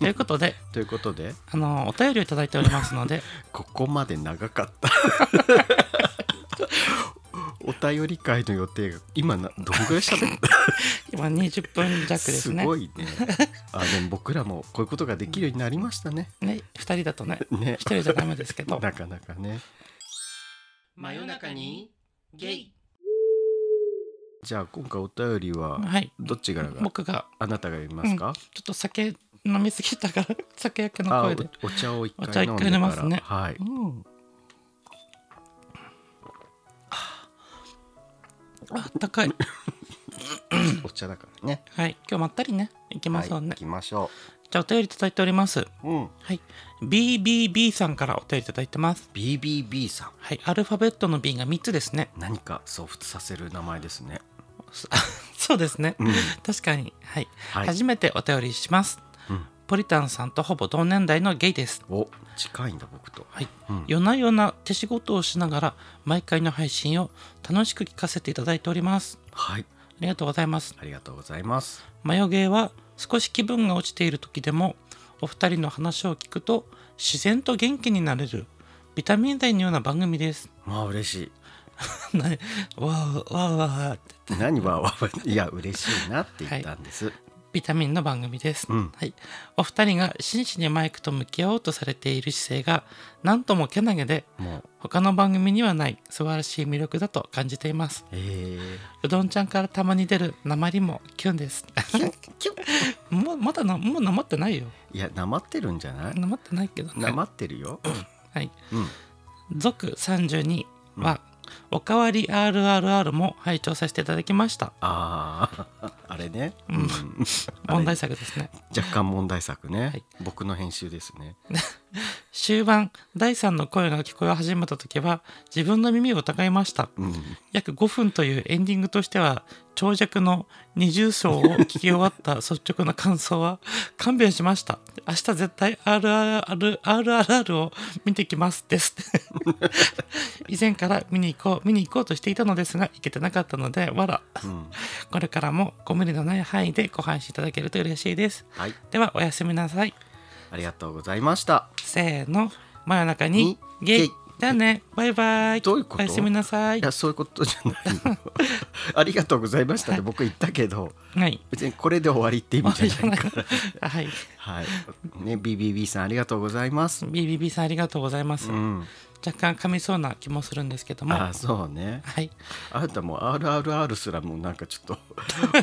[SPEAKER 1] ということで
[SPEAKER 2] ということで
[SPEAKER 1] あのお便りをいただいております ので
[SPEAKER 2] ここまで長か った。お便り会の予定が今などんぐらい 喋った,、
[SPEAKER 1] 今20分弱ですすね
[SPEAKER 2] ごいね。あでも僕らもこういうことができるようになりましたね。
[SPEAKER 1] ね2人だとね
[SPEAKER 2] ね
[SPEAKER 1] 1。人じゃダメですけど
[SPEAKER 2] なかなかね。
[SPEAKER 1] 真夜中にゲイ
[SPEAKER 2] じゃあ今回お便りは
[SPEAKER 1] はい
[SPEAKER 2] どっちからが
[SPEAKER 1] 僕が
[SPEAKER 2] あなたが読みますか、
[SPEAKER 1] ちょっと酒飲みすぎたから酒焼けの
[SPEAKER 2] あ
[SPEAKER 1] 声で
[SPEAKER 2] おお茶を一
[SPEAKER 1] お茶
[SPEAKER 2] 回
[SPEAKER 1] 一
[SPEAKER 2] 飲
[SPEAKER 1] 回
[SPEAKER 2] んで
[SPEAKER 1] 飲み
[SPEAKER 2] か
[SPEAKER 1] ま
[SPEAKER 2] ら、
[SPEAKER 1] すね
[SPEAKER 2] はい、
[SPEAKER 1] うんああったかい。
[SPEAKER 2] お茶だからね。
[SPEAKER 1] はい、今日まったりね、行きま
[SPEAKER 2] は
[SPEAKER 1] す
[SPEAKER 2] い、
[SPEAKER 1] よ
[SPEAKER 2] 行
[SPEAKER 1] ね。
[SPEAKER 2] きましょ
[SPEAKER 1] じゃあお便りいただいております。
[SPEAKER 2] う。うん。
[SPEAKER 1] はい、BBB さんからお便りいただいてます。
[SPEAKER 2] BBB さん、
[SPEAKER 1] はい、アルファベットの B が3つですね。
[SPEAKER 2] 何か彷彿させる名前ですね。
[SPEAKER 1] そそうですね。
[SPEAKER 2] うん。
[SPEAKER 1] 確かに、はい、
[SPEAKER 2] はい
[SPEAKER 1] 初めてお便りします。
[SPEAKER 2] うん
[SPEAKER 1] ポリタンさんとほぼ同年代のゲイです。
[SPEAKER 2] お、近いんだ僕と。
[SPEAKER 1] はい
[SPEAKER 2] うん
[SPEAKER 1] 夜な夜な手仕事をしながら毎回の配信を楽しく聞かせていただいております。
[SPEAKER 2] はい、
[SPEAKER 1] ありがとうございます。
[SPEAKER 2] ありがとうございます。
[SPEAKER 1] マヨゲーは少し気分が落ちている時でもお二人の話を聞くと自然と元気になれるビタミン剤のような番組です。
[SPEAKER 2] まあ嬉しい。
[SPEAKER 1] 何わあわあわあって
[SPEAKER 2] 何は わわいや嬉しいなって言ったんです、
[SPEAKER 1] ビタミンの番組です、
[SPEAKER 2] うん
[SPEAKER 1] はい、お二人が真摯にマイクと向き合おうとされている姿勢が何ともけなげで
[SPEAKER 2] もう
[SPEAKER 1] 他の番組にはない素晴らしい魅力だと感じています
[SPEAKER 2] えー、
[SPEAKER 1] うどんちゃんからたまに出る鉛もキュンです
[SPEAKER 3] キュッ
[SPEAKER 1] もうまだなもうなまってないよ
[SPEAKER 2] いやなまってるんじゃない
[SPEAKER 1] なまってないけど
[SPEAKER 2] な
[SPEAKER 1] ね
[SPEAKER 2] まってるよ、
[SPEAKER 1] はい
[SPEAKER 2] うん、
[SPEAKER 1] 続32は、おかわり RRR も拝聴させていただきました
[SPEAKER 2] ああ あれね、うんん、
[SPEAKER 1] 問題作ですね
[SPEAKER 2] 若干問題作ね、
[SPEAKER 1] はい
[SPEAKER 2] 僕の編集ですね
[SPEAKER 1] 終盤第3の声が聞こえ始めた時は自分の耳を疑いました
[SPEAKER 2] うん
[SPEAKER 1] 約5分というエンディングとしては長尺の二重奏を聞き終わった 率直な感想は勘弁しました明日絶対 RRRRR を見てきますです 以前から見に行こう見に行こうとしていたのですが行けてなかったのでわら
[SPEAKER 2] うん
[SPEAKER 1] これからもご無理のない範囲でご配信いただけると嬉しいです
[SPEAKER 2] はい
[SPEAKER 1] ではおやすみなさい
[SPEAKER 2] ありがとうございました
[SPEAKER 1] せーの真夜中に
[SPEAKER 2] に
[SPEAKER 1] ゲ
[SPEAKER 2] ゲ
[SPEAKER 1] イ
[SPEAKER 2] イ
[SPEAKER 1] だねバイバイ
[SPEAKER 2] どういうこと
[SPEAKER 1] おやすみなさい
[SPEAKER 2] いやそういうことじゃ ないのありがとうございましたって僕言ったけど
[SPEAKER 1] はい
[SPEAKER 2] 別にこれで終わりって意味じゃないか ら
[SPEAKER 1] はい
[SPEAKER 2] はいね BBB さんありがとうございます、
[SPEAKER 1] BBB さんありがとうございます、
[SPEAKER 2] うん、
[SPEAKER 1] 若干噛みそうな気もするんですけども
[SPEAKER 2] あ
[SPEAKER 1] は
[SPEAKER 2] あそうね
[SPEAKER 1] い
[SPEAKER 2] あなたもう RRR すらもうなんかちょ っと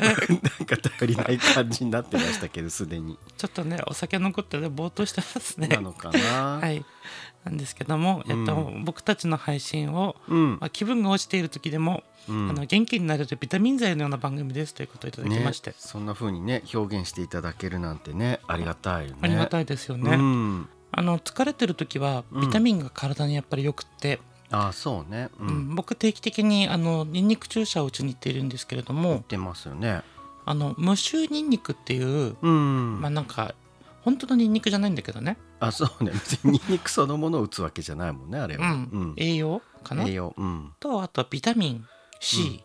[SPEAKER 2] なんか頼りない感じになってましたけどすでに
[SPEAKER 1] ちょっとねお酒のことでぼーっとしてますね
[SPEAKER 2] なのかな、
[SPEAKER 1] はいなんですけども、えっと僕たちの配信を、
[SPEAKER 2] うん
[SPEAKER 1] まあ、気分が落ちている時でも、あの元気になれるビタミン剤のような番組ですということをいただきまして、
[SPEAKER 2] ね、そんな風にね表現していただけるなんてねありがたいよね
[SPEAKER 1] ありがた
[SPEAKER 2] い
[SPEAKER 1] いですよね、
[SPEAKER 2] うん、
[SPEAKER 1] あの疲れてる時はビタミンが体にやっぱり良くって、
[SPEAKER 2] ああそうねうん、
[SPEAKER 1] うん僕定期的にあのニンニク注射を打ちに行っているんですけれども
[SPEAKER 2] 出ますよね
[SPEAKER 1] あの無臭ニンニクっていう、
[SPEAKER 2] うん、
[SPEAKER 1] まあなんか本当のニンニクじゃないんだけどね、
[SPEAKER 2] あそうね別にニンニクそのものを打つわけじゃないもんねあれ
[SPEAKER 1] う
[SPEAKER 2] は、
[SPEAKER 1] ん栄養かな
[SPEAKER 2] 栄養うん
[SPEAKER 1] とあとはビタミン C、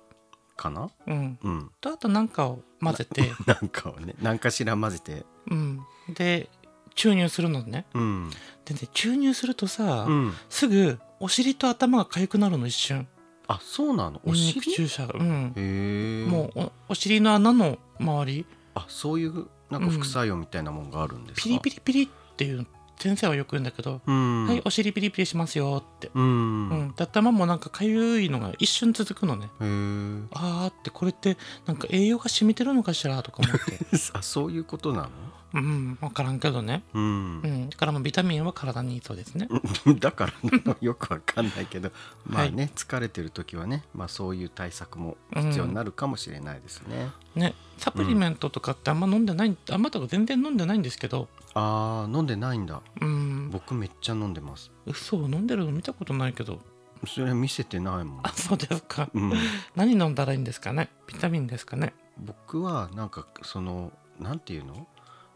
[SPEAKER 2] かな
[SPEAKER 1] うん
[SPEAKER 2] うん
[SPEAKER 1] とあとなんかを混ぜて、
[SPEAKER 2] なんかをね何かしら混ぜて
[SPEAKER 1] うん、で注入するのね
[SPEAKER 2] うん、
[SPEAKER 1] でね注入するとさ、
[SPEAKER 2] うん、
[SPEAKER 1] すぐお尻と頭が痒くなるの一瞬
[SPEAKER 2] あそうなのお
[SPEAKER 1] ニンニク
[SPEAKER 2] 尻
[SPEAKER 1] 注
[SPEAKER 2] へ
[SPEAKER 1] 射うん
[SPEAKER 2] え
[SPEAKER 1] もうおお尻の穴の周り
[SPEAKER 2] あそういうなんか副作用みたいなもんがあるんですか、
[SPEAKER 1] ピリピ
[SPEAKER 2] リ
[SPEAKER 1] リピリっていう先生はよく言うんだけど、
[SPEAKER 2] うん
[SPEAKER 1] はいお尻ピリピリしますよって、
[SPEAKER 2] う、
[SPEAKER 1] うんんで頭もなんかかゆいのが一瞬続くのねあ
[SPEAKER 2] へ
[SPEAKER 1] ーってこれってなんか栄養が染みてるのかしらとか思 って
[SPEAKER 2] え あそういうことなの
[SPEAKER 1] うん分からんけどね、
[SPEAKER 2] うん
[SPEAKER 1] う、ん、だからもうビタミンは体にいいそうですね
[SPEAKER 2] だからなのよくわかんないけどまあね、疲れてる時はね、まあ、そういう対策も必要になるかもしれないですね、
[SPEAKER 1] ねサプリメントとかってあんま飲んでない、あんまとか全然飲んでないんですけど
[SPEAKER 2] あー飲んでないんだ
[SPEAKER 1] うん
[SPEAKER 2] 僕めっちゃ飲んでます
[SPEAKER 1] 嘘飲んでるの見たことないけど
[SPEAKER 2] それは見せてないもん
[SPEAKER 1] あ、そうですか
[SPEAKER 2] うん、
[SPEAKER 1] 何飲んだらいいんですかねビタミンですかね
[SPEAKER 2] 僕はなんかそのなんていうの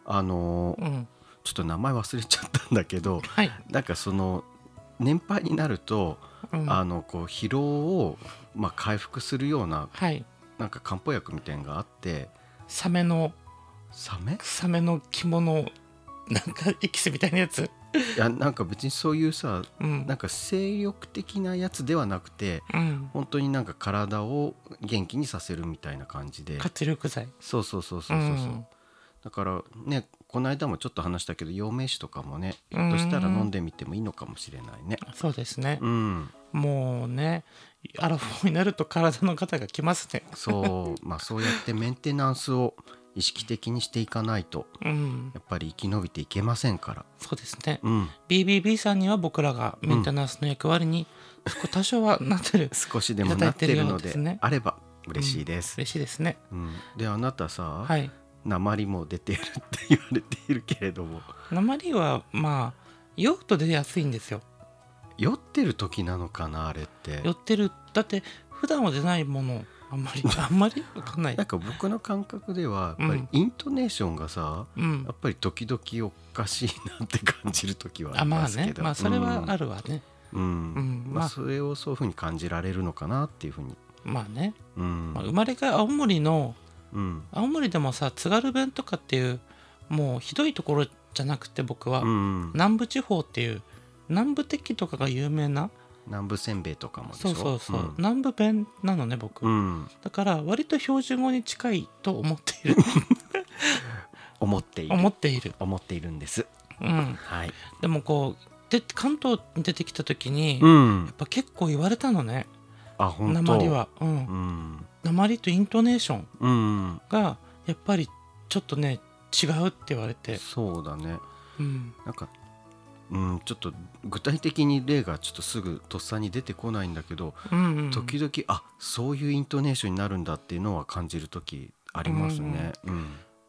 [SPEAKER 2] あの
[SPEAKER 1] うん
[SPEAKER 2] ちょっと名前忘れちゃったんだけど
[SPEAKER 1] はい、
[SPEAKER 2] なんかその年配になると、
[SPEAKER 1] うん、
[SPEAKER 2] あ
[SPEAKER 1] は
[SPEAKER 2] のこう疲労を、まあ、回復するようないなんか漢方薬みたいなのがあって
[SPEAKER 1] サメの
[SPEAKER 2] サメ
[SPEAKER 1] サメの着物なんかエキスみたいなやつ
[SPEAKER 2] いやなんか別にそういうさ
[SPEAKER 1] うん
[SPEAKER 2] なんか精力的なやつではなくて
[SPEAKER 1] うん
[SPEAKER 2] 本当になんか体を元気にさせるみたいな感じで
[SPEAKER 1] 活力剤
[SPEAKER 2] そうそうそうそうそうそう、
[SPEAKER 1] うん
[SPEAKER 2] だからねこの間もちょっと話したけど陽明酒とかもねひ
[SPEAKER 1] うん
[SPEAKER 2] ょっとしたら飲んでみてもいいのかもしれないね
[SPEAKER 1] そうですね
[SPEAKER 2] う、ん
[SPEAKER 1] もうねアラフォーになると体の肩がきますね
[SPEAKER 2] そうまあそうやってメンテナンスを意識的にしていかないと
[SPEAKER 1] うん
[SPEAKER 2] やっぱり生き延びていけませんから
[SPEAKER 1] そうですね
[SPEAKER 2] うん
[SPEAKER 1] BBB さんには僕らがメンテナンスの役割に少多少はなってる
[SPEAKER 2] 少しでもなってるの
[SPEAKER 1] いただいてるようで
[SPEAKER 2] です
[SPEAKER 1] ね
[SPEAKER 2] あれば 嬉しいです、
[SPEAKER 1] 嬉しいですね
[SPEAKER 2] うん、であなたさ、
[SPEAKER 1] はい
[SPEAKER 2] 鉛も出ているって言われているけれども
[SPEAKER 1] 鉛はまあ酔うと出やすいんですよ
[SPEAKER 2] 酔ってる時なのかなあれって
[SPEAKER 1] 酔ってるだって普段は出ないものあんまりあんまりわかんない
[SPEAKER 2] なんか僕の感覚ではやっぱ
[SPEAKER 1] うん
[SPEAKER 2] りイントネーションがさ、
[SPEAKER 1] うん
[SPEAKER 2] やっぱり時々おかしいなって感じる時はあ
[SPEAKER 1] あ
[SPEAKER 2] り
[SPEAKER 1] ま
[SPEAKER 2] ま
[SPEAKER 1] あ
[SPEAKER 2] すけ
[SPEAKER 1] ね
[SPEAKER 2] ど
[SPEAKER 1] まあそれはあ
[SPEAKER 2] る
[SPEAKER 1] るわね
[SPEAKER 2] うん、うん
[SPEAKER 1] うんま
[SPEAKER 2] ま
[SPEAKER 1] あ
[SPEAKER 2] あ、それをそういうふうに感じられるのかなっていうふうに
[SPEAKER 1] まあね、
[SPEAKER 2] うん、
[SPEAKER 1] まあ、生まれが青森の
[SPEAKER 2] うん
[SPEAKER 1] 青森でもさ津軽弁とかっていうもうひどいところじゃなくて僕は、
[SPEAKER 2] うん
[SPEAKER 1] 南部地方っていう南部鉄器とかが有名な
[SPEAKER 2] 南部せんべいとかもでしょ
[SPEAKER 1] そうそうそう、
[SPEAKER 2] ん
[SPEAKER 1] 南部弁なのね僕、
[SPEAKER 2] うん、
[SPEAKER 1] だから割と標準語に近いと思っている
[SPEAKER 2] 思っている
[SPEAKER 1] 思っている、
[SPEAKER 2] 思っているんです
[SPEAKER 1] うん、
[SPEAKER 2] はい、
[SPEAKER 1] でもこうで関東に出てきた時に、
[SPEAKER 2] う
[SPEAKER 1] や
[SPEAKER 2] ん
[SPEAKER 1] っ、ぱ結構言われたのね
[SPEAKER 2] あ本当
[SPEAKER 1] 鉛は、う、
[SPEAKER 2] うんん
[SPEAKER 1] 鉛とイントネーション
[SPEAKER 2] うん
[SPEAKER 1] がやっぱりちょっとね違うって言われて、
[SPEAKER 2] そうだね
[SPEAKER 1] うん、
[SPEAKER 2] なんかうんちょっと具体的に例がちょっとすぐとっさに出てこないんだけど、
[SPEAKER 1] うんうん
[SPEAKER 2] 時々あそういうイントネーションになるんだっていうのは感じる時ありますねうん、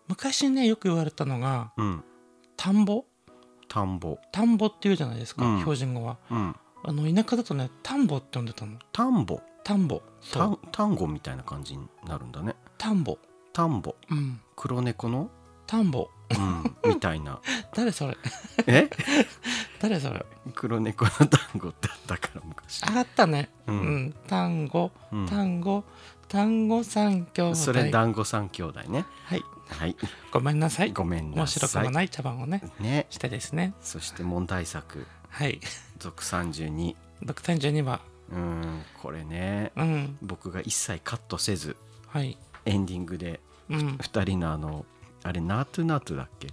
[SPEAKER 1] 昔ねよく言われたのが
[SPEAKER 2] うん
[SPEAKER 1] 田んぼ
[SPEAKER 2] 田んぼ
[SPEAKER 1] 田んぼって言うじゃないですか、
[SPEAKER 2] うん
[SPEAKER 1] 標準語は
[SPEAKER 2] うん
[SPEAKER 1] あの田舎だとね田んぼって呼んでたの
[SPEAKER 2] 田んぼ
[SPEAKER 1] 田んぼそ
[SPEAKER 2] た
[SPEAKER 1] うん
[SPEAKER 2] 単語みたいな感じになるんだね
[SPEAKER 1] 田んぼ
[SPEAKER 2] 田んぼ
[SPEAKER 1] うん
[SPEAKER 2] 黒猫の、
[SPEAKER 1] 田んぼ
[SPEAKER 2] う ん、みたいな
[SPEAKER 1] 誰それ
[SPEAKER 2] え
[SPEAKER 1] 誰それ
[SPEAKER 2] 黒猫の単語ってあったから昔
[SPEAKER 1] あったね
[SPEAKER 2] う
[SPEAKER 1] うんん単語
[SPEAKER 2] うん
[SPEAKER 1] 単語単語三兄弟
[SPEAKER 2] それ団子三兄弟ね
[SPEAKER 1] はい
[SPEAKER 2] はい
[SPEAKER 1] ごめんなさい
[SPEAKER 2] ごめんな
[SPEAKER 1] 面
[SPEAKER 2] さい
[SPEAKER 1] 白くもない茶番をね
[SPEAKER 2] ね
[SPEAKER 1] してですね
[SPEAKER 2] そして問題作
[SPEAKER 1] はい
[SPEAKER 2] 続32
[SPEAKER 1] 632番
[SPEAKER 2] うーんこれね
[SPEAKER 1] うん
[SPEAKER 2] 僕が一切カットせず
[SPEAKER 1] はい
[SPEAKER 2] エンディングで
[SPEAKER 1] うん
[SPEAKER 2] 2人のあのあれナートゥナートゥだっけ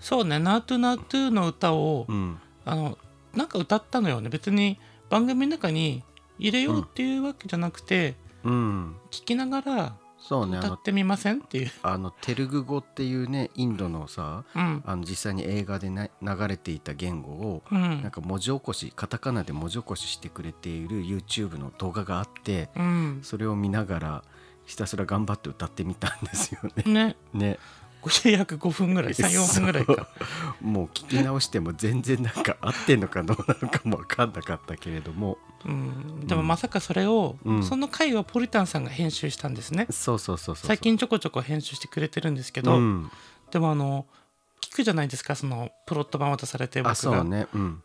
[SPEAKER 1] そうね「ナートゥナートゥ」の歌を
[SPEAKER 2] うん
[SPEAKER 1] あのなんか歌ったのよね別に番組の中に入れようっていうわけじゃなくて、
[SPEAKER 2] うん
[SPEAKER 1] 聞きながら
[SPEAKER 2] そうねあ
[SPEAKER 1] 歌
[SPEAKER 2] の
[SPEAKER 1] ってみませんっていう、
[SPEAKER 2] あのテルグ語っていうねインドのさ
[SPEAKER 1] うん
[SPEAKER 2] あの実際に映画でな流れていた言語を
[SPEAKER 1] う
[SPEAKER 2] なん
[SPEAKER 1] ん
[SPEAKER 2] か文字起こしカタカナで文字起こししてくれている YouTube の動画があって
[SPEAKER 1] うん
[SPEAKER 2] それを見ながらひたすら頑張って歌ってみたんですよね。
[SPEAKER 1] ね
[SPEAKER 2] ね
[SPEAKER 1] 約5分ぐらい34分ぐらいか
[SPEAKER 2] そうもう聞き直しても全然なんか合ってんのかどうなのかも分かんなかったけれども
[SPEAKER 1] うん、でもまさかそれを、
[SPEAKER 2] うん
[SPEAKER 1] その回はポリタンさんが編集したんですね
[SPEAKER 2] そうそうそうそう
[SPEAKER 1] 最近ちょこちょこ編集してくれてるんですけど、
[SPEAKER 2] うん、
[SPEAKER 1] でもあの聞くじゃないですかそのプロット版渡されて
[SPEAKER 2] あ
[SPEAKER 1] 僕
[SPEAKER 2] そ
[SPEAKER 1] が、
[SPEAKER 2] うねうん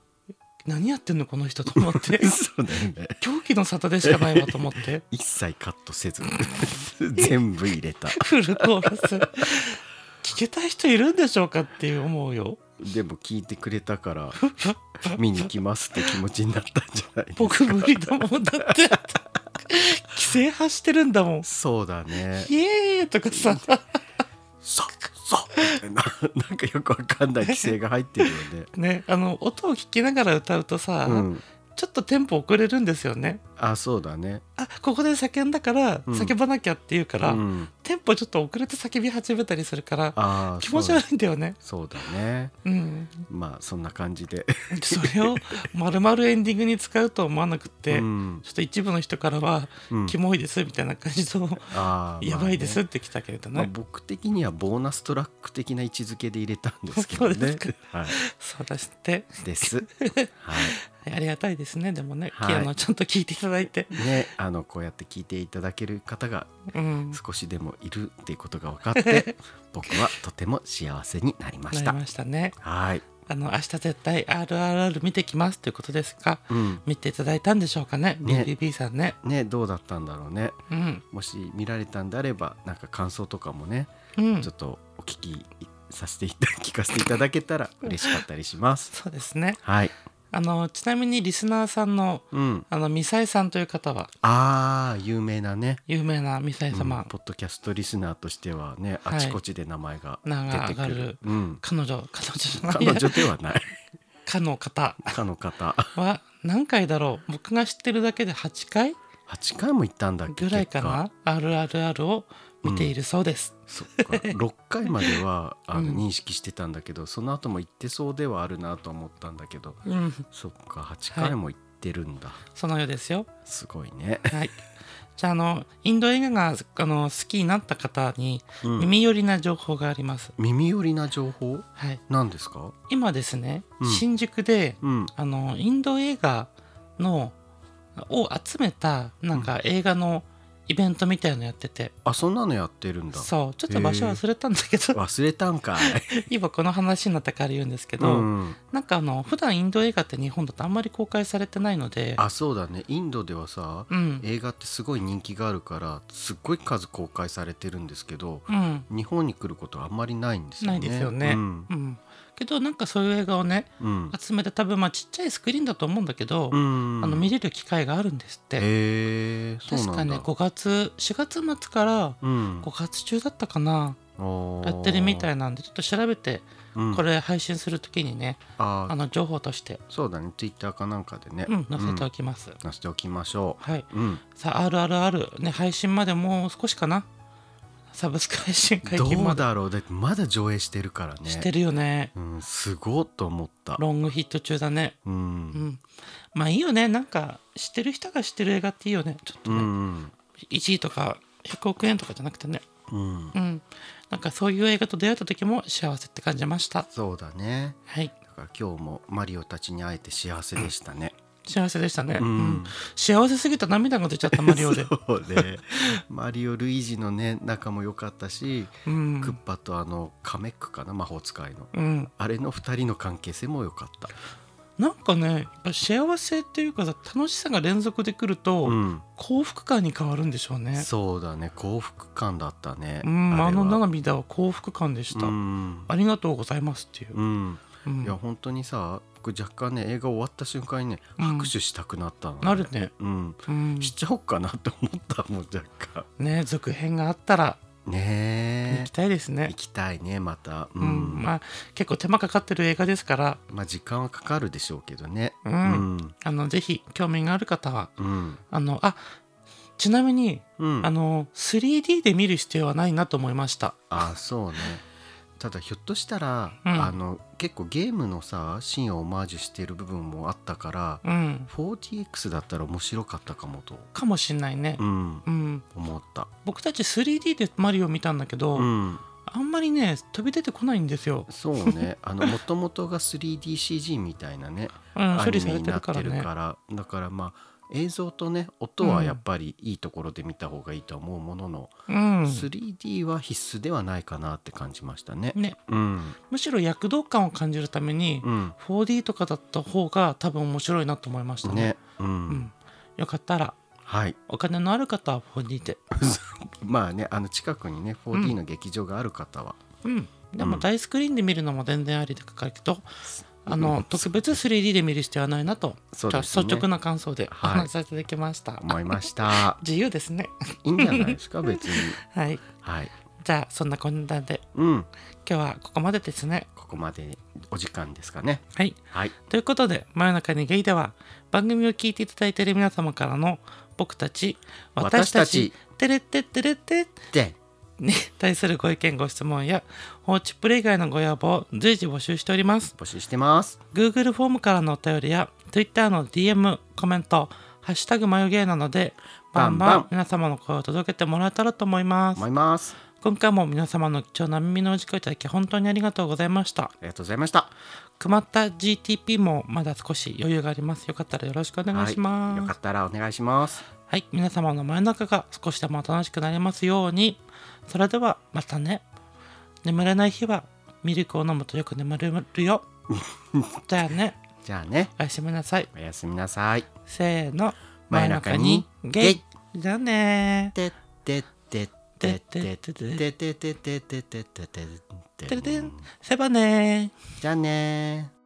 [SPEAKER 1] 何やってんのこの人と思って
[SPEAKER 2] そうだよね
[SPEAKER 1] 狂気の沙汰でしかないわと思って
[SPEAKER 2] 一切カットせず全部入れた
[SPEAKER 1] フルコーラス聞けたい人いるんでしょうかっていう思うよ
[SPEAKER 2] でも聞いてくれ たから見に来ますって気持ちになったんじゃないですか
[SPEAKER 1] 僕無理だもんだって規制発してるんだもん
[SPEAKER 2] そうだね
[SPEAKER 1] イエーイとかさ
[SPEAKER 2] そうそう ななんかよくわかんない規制が入ってるよね
[SPEAKER 1] ねあの音を聞きながら歌うとさ、
[SPEAKER 2] うん
[SPEAKER 1] ちょっとテンポ遅れるんですよね
[SPEAKER 2] あそうだね
[SPEAKER 1] あここで叫んだから
[SPEAKER 2] うん
[SPEAKER 1] 叫ばなきゃっていうから、
[SPEAKER 2] うん
[SPEAKER 1] テンポちょっと遅れて叫び始めたりするから
[SPEAKER 2] あー
[SPEAKER 1] 気持ち
[SPEAKER 2] そう
[SPEAKER 1] 悪いんだよね
[SPEAKER 2] そうだね
[SPEAKER 1] うん
[SPEAKER 2] まあそんな感じで
[SPEAKER 1] それを丸々エンディングに使うと思わなくって、
[SPEAKER 2] うん
[SPEAKER 1] ちょっと一部の人からは
[SPEAKER 2] うん
[SPEAKER 1] キモいですみたいな感じ の
[SPEAKER 2] あー
[SPEAKER 1] やばいですっ
[SPEAKER 2] まあね
[SPEAKER 1] て来たけれど
[SPEAKER 2] まあ、
[SPEAKER 1] ね、
[SPEAKER 2] 僕的にはボーナストラック的な位置づけで入れたんですけど
[SPEAKER 1] そうです
[SPEAKER 2] ね
[SPEAKER 1] か。
[SPEAKER 2] はい、
[SPEAKER 1] そう出して
[SPEAKER 2] です。は
[SPEAKER 1] ありがたいですねでもね、
[SPEAKER 2] はい
[SPEAKER 1] あのちゃんと聞いていただいて、
[SPEAKER 2] い、ね、あのこうやって聞いていただける方が
[SPEAKER 1] うん、
[SPEAKER 2] 少しでもいるっていうことが分かって、 僕はとても幸せになりま
[SPEAKER 1] な
[SPEAKER 2] し
[SPEAKER 1] り
[SPEAKER 2] た。
[SPEAKER 1] ましたね
[SPEAKER 2] はい、
[SPEAKER 1] あの明日絶対 RRR 見てきますということですが
[SPEAKER 2] うん、
[SPEAKER 1] 見ていただいたんでしょうかね
[SPEAKER 2] ね
[SPEAKER 1] BBB さんね
[SPEAKER 2] ね、どうだったんだろうね。
[SPEAKER 1] うん
[SPEAKER 2] もし見られたんであれば、なんか感想とかもね、
[SPEAKER 1] うん
[SPEAKER 2] ちょっとお聞きさせていた聞かせていただけたら嬉しかったりします。
[SPEAKER 1] そうですね
[SPEAKER 2] はい、
[SPEAKER 1] あのちなみにリスナーさんの
[SPEAKER 2] うん、
[SPEAKER 1] あのミサイさんという方は
[SPEAKER 2] ああ、有名なね。
[SPEAKER 1] 有名なミサイ
[SPEAKER 2] うん
[SPEAKER 1] 様、
[SPEAKER 2] ポッドキャストリスナーとしてはね、
[SPEAKER 1] はい
[SPEAKER 2] あちこちで名前が
[SPEAKER 1] 名が
[SPEAKER 2] 出てく
[SPEAKER 1] 上
[SPEAKER 2] る
[SPEAKER 1] がる
[SPEAKER 2] うん、
[SPEAKER 1] 彼女彼女じゃ
[SPEAKER 2] 彼
[SPEAKER 1] ない
[SPEAKER 2] 女ではない
[SPEAKER 1] かの方
[SPEAKER 2] 他の方
[SPEAKER 1] は何回だろう僕が知ってるだけで8回
[SPEAKER 2] 8回も行ったんだっけ
[SPEAKER 1] ぐらいかな「RRR」を見ているそうです、
[SPEAKER 2] 結果そっか6回までは あの
[SPEAKER 1] うん
[SPEAKER 2] 認識してたんだけど、その後も行ってそうではあるなと思ったんだけど
[SPEAKER 1] うん、
[SPEAKER 2] そっか8回も行ってるんだ、
[SPEAKER 1] そのようです よ
[SPEAKER 2] すごいね、
[SPEAKER 1] はいじゃああのインド映画があの好きになった方に
[SPEAKER 2] うん
[SPEAKER 1] 耳寄りな情報があります、
[SPEAKER 2] 耳寄りな情報
[SPEAKER 1] はい
[SPEAKER 2] なんですか
[SPEAKER 1] 今ですね、
[SPEAKER 2] うん
[SPEAKER 1] 新宿で
[SPEAKER 2] うん
[SPEAKER 1] あのインド映画のを集めたなんか映画のイベントみたいのやってて、
[SPEAKER 2] あそんなのやってるんだ
[SPEAKER 1] そうちょっと場所
[SPEAKER 2] へえ
[SPEAKER 1] 忘れたんだけど
[SPEAKER 2] 忘れたんか い
[SPEAKER 1] 今この話になったから言うんですけ
[SPEAKER 2] う
[SPEAKER 1] ど、
[SPEAKER 2] ん
[SPEAKER 1] なんかあの普段インド映画って日本だとあんまり公開されてないので
[SPEAKER 2] あそうだねインドではさ、
[SPEAKER 1] うん
[SPEAKER 2] 映画ってすごい人気があるからすっごい数公開されてるんですけど
[SPEAKER 1] うん
[SPEAKER 2] 日本に来ることはあんまりないんですよ
[SPEAKER 1] な
[SPEAKER 2] ね。
[SPEAKER 1] いですよね、
[SPEAKER 2] う
[SPEAKER 1] うんんけどなんかそういう映画をね
[SPEAKER 2] うん
[SPEAKER 1] 集めて多分まあちっちゃいスクリーンだと思うんだけど、
[SPEAKER 2] うん
[SPEAKER 1] あの見れる機会があるんですって、
[SPEAKER 2] へえそう
[SPEAKER 1] 確
[SPEAKER 2] な
[SPEAKER 1] か
[SPEAKER 2] んだ
[SPEAKER 1] ね5月4月末から
[SPEAKER 2] うん
[SPEAKER 1] 5月中だったかな、
[SPEAKER 2] おー
[SPEAKER 1] やってるみたいなんでちょっと調べて
[SPEAKER 2] うん
[SPEAKER 1] これ配信する時にね、
[SPEAKER 2] あ
[SPEAKER 1] あ
[SPEAKER 2] ー
[SPEAKER 1] の情報として、
[SPEAKER 2] そうだねツイッターかなんかでね
[SPEAKER 1] うん、載せてお
[SPEAKER 2] 載
[SPEAKER 1] きます、
[SPEAKER 2] せておきましょ
[SPEAKER 1] はい、
[SPEAKER 2] ううん
[SPEAKER 1] さあ RRR ね配信までもう少しかなサブスク配信解禁
[SPEAKER 2] ど
[SPEAKER 1] ま
[SPEAKER 2] う
[SPEAKER 1] で
[SPEAKER 2] だろうだってまだ上映してるからね
[SPEAKER 1] してるよね
[SPEAKER 2] うんすごっと思った
[SPEAKER 1] ロングヒット中だね
[SPEAKER 2] う
[SPEAKER 1] うんんまあいいよねなんか知ってる人が知ってる映画っていいよねちょっと
[SPEAKER 2] う
[SPEAKER 1] ね、
[SPEAKER 2] ん
[SPEAKER 1] 1位とか100億円とかじゃなくてね
[SPEAKER 2] うん
[SPEAKER 1] うんなんかそういう映画と出会った時も幸せって感じました
[SPEAKER 2] そうだね
[SPEAKER 1] はい
[SPEAKER 2] だから今日もマリオたちに会えて幸せでしたね
[SPEAKER 1] 幸せでしたね、
[SPEAKER 2] うん
[SPEAKER 1] 幸せすぎた涙が出ちゃったマリオで
[SPEAKER 2] そうねマリオルイージのね仲も良かったし
[SPEAKER 1] う
[SPEAKER 2] クッ
[SPEAKER 1] ん、
[SPEAKER 2] パとあのカメックかな魔法使いの
[SPEAKER 1] うん、
[SPEAKER 2] あれの2人の関係性も良かった
[SPEAKER 1] なんかねやっぱ幸せっていうかさ楽しさが連続でくると、
[SPEAKER 2] うん
[SPEAKER 1] 幸福感に変わるんでしょうね
[SPEAKER 2] そうだね幸福感だったね
[SPEAKER 1] うんあ
[SPEAKER 2] れは
[SPEAKER 1] の涙は幸福感でした、
[SPEAKER 2] うん
[SPEAKER 1] ありがとうございますっていう、
[SPEAKER 2] うん
[SPEAKER 1] うん
[SPEAKER 2] いや本当にさ僕若干ね映画終わった瞬間にね
[SPEAKER 1] うん
[SPEAKER 2] 拍手したくなったの、
[SPEAKER 1] なるね
[SPEAKER 2] うん
[SPEAKER 1] うん
[SPEAKER 2] しちゃおうかなって思ったもん若干
[SPEAKER 1] ね続編があったら行
[SPEAKER 2] ね
[SPEAKER 1] きたいです
[SPEAKER 2] え
[SPEAKER 1] ね
[SPEAKER 2] 行、きたいねまたう、
[SPEAKER 1] うんん
[SPEAKER 2] ま
[SPEAKER 1] まあ、結構手間かかってる映画ですから、
[SPEAKER 2] あ時間はかかるでしょうけどね
[SPEAKER 1] う
[SPEAKER 2] うんん
[SPEAKER 1] あのぜひ興味がある方は
[SPEAKER 2] うん
[SPEAKER 1] あのあちなみに、
[SPEAKER 2] うん
[SPEAKER 1] あの 3D で見る必要はないなと思いました
[SPEAKER 2] あそうねただひょっとしたら、
[SPEAKER 1] うん
[SPEAKER 2] あの結構ゲームのさシーンをオマージュしてる部分もあったから、
[SPEAKER 1] うん
[SPEAKER 2] 4DX だったら面白かったかもと、
[SPEAKER 1] かもしんないね
[SPEAKER 2] うん、
[SPEAKER 1] うん、
[SPEAKER 2] 思った、
[SPEAKER 1] 僕たち 3D でマリオ見たんだけど、
[SPEAKER 2] うん、
[SPEAKER 1] あんまりね飛び出てこないんですよ、
[SPEAKER 2] そう ねあのもともとが 3DCG みたいなね、
[SPEAKER 1] うん、
[SPEAKER 2] ア
[SPEAKER 1] 処理
[SPEAKER 2] ニ
[SPEAKER 1] さ
[SPEAKER 2] メ
[SPEAKER 1] れ
[SPEAKER 2] に
[SPEAKER 1] て
[SPEAKER 2] な
[SPEAKER 1] る
[SPEAKER 2] っ
[SPEAKER 1] か
[SPEAKER 2] て
[SPEAKER 1] ら
[SPEAKER 2] る
[SPEAKER 1] ね
[SPEAKER 2] からだからまあ映像とね音はやっぱりいいところで見た方がいいとは思うものの、
[SPEAKER 1] うん、
[SPEAKER 2] 3D は必須ではないかなって感じましたね。
[SPEAKER 1] ね、
[SPEAKER 2] うん、
[SPEAKER 1] むしろ躍動感を感じるために、
[SPEAKER 2] うん
[SPEAKER 1] 4D とかだった方が多分面白いなと思いましたね
[SPEAKER 2] ね、うん
[SPEAKER 1] うん、よかったら
[SPEAKER 2] はい
[SPEAKER 1] お金のある方は 4D で、
[SPEAKER 2] まあねあの近くにね 4D の劇場がある方は、
[SPEAKER 1] うん、でも
[SPEAKER 2] うん
[SPEAKER 1] 大スクリーンで見るのも全然ありだからけど、あ
[SPEAKER 2] うん
[SPEAKER 1] の特別 3D で見る必要はないなと、
[SPEAKER 2] そう
[SPEAKER 1] 今
[SPEAKER 2] で
[SPEAKER 1] 日
[SPEAKER 2] すね
[SPEAKER 1] 率直な感想でお
[SPEAKER 2] はい
[SPEAKER 1] 話しさせていただきました、
[SPEAKER 2] 思いました
[SPEAKER 1] 自由ですね
[SPEAKER 2] いいんじゃないですか別に
[SPEAKER 1] はい
[SPEAKER 2] はい
[SPEAKER 1] じゃあそんなこんなで
[SPEAKER 2] うん
[SPEAKER 1] 今日はここまでですね
[SPEAKER 2] ここまでお時間ですかね
[SPEAKER 1] はい
[SPEAKER 2] はい
[SPEAKER 1] ということで「真夜中にゲイ」では番組を聞いていただいている皆様からの僕たち私
[SPEAKER 2] 私
[SPEAKER 1] た
[SPEAKER 2] た
[SPEAKER 1] ち
[SPEAKER 2] ち
[SPEAKER 1] テレッテッテレッテッ
[SPEAKER 2] で
[SPEAKER 1] に 対するご意見ご質問や放置プレイ以外のご要望随時募集しております
[SPEAKER 2] 募集してます
[SPEAKER 1] Google フォームからのお便りや Twitter の DM コメント「ハッシュタグマヨゲー」なのでバン
[SPEAKER 2] バ
[SPEAKER 1] バ
[SPEAKER 2] ンバ
[SPEAKER 1] ン
[SPEAKER 2] ン
[SPEAKER 1] 皆様の声を届けてもらえたらと思います
[SPEAKER 2] 思います
[SPEAKER 1] 今回も皆様の貴重な耳のお時間をいただき本当にありがとうございました
[SPEAKER 2] ありがとうございました
[SPEAKER 1] くまった GTP もまだ少し余裕がありますよかったらよろしくお願いしま
[SPEAKER 2] はい、
[SPEAKER 1] す
[SPEAKER 2] よかったらお願いします
[SPEAKER 1] はい、皆様の真夜中が少しでも楽しくなりますように。それではまたね。眠れない日はミルクを飲むとよく眠れる よ。じゃあね、
[SPEAKER 2] じゃあね
[SPEAKER 1] おやすみなさい。
[SPEAKER 2] おやすみなさい
[SPEAKER 1] せーの、
[SPEAKER 2] 真夜中に
[SPEAKER 1] ゲ
[SPEAKER 2] ゲ
[SPEAKER 1] イ
[SPEAKER 2] イ。
[SPEAKER 1] じゃあね
[SPEAKER 2] てってってってってってってってってってってってってって
[SPEAKER 1] てれてん、せばねー。
[SPEAKER 2] じゃあねー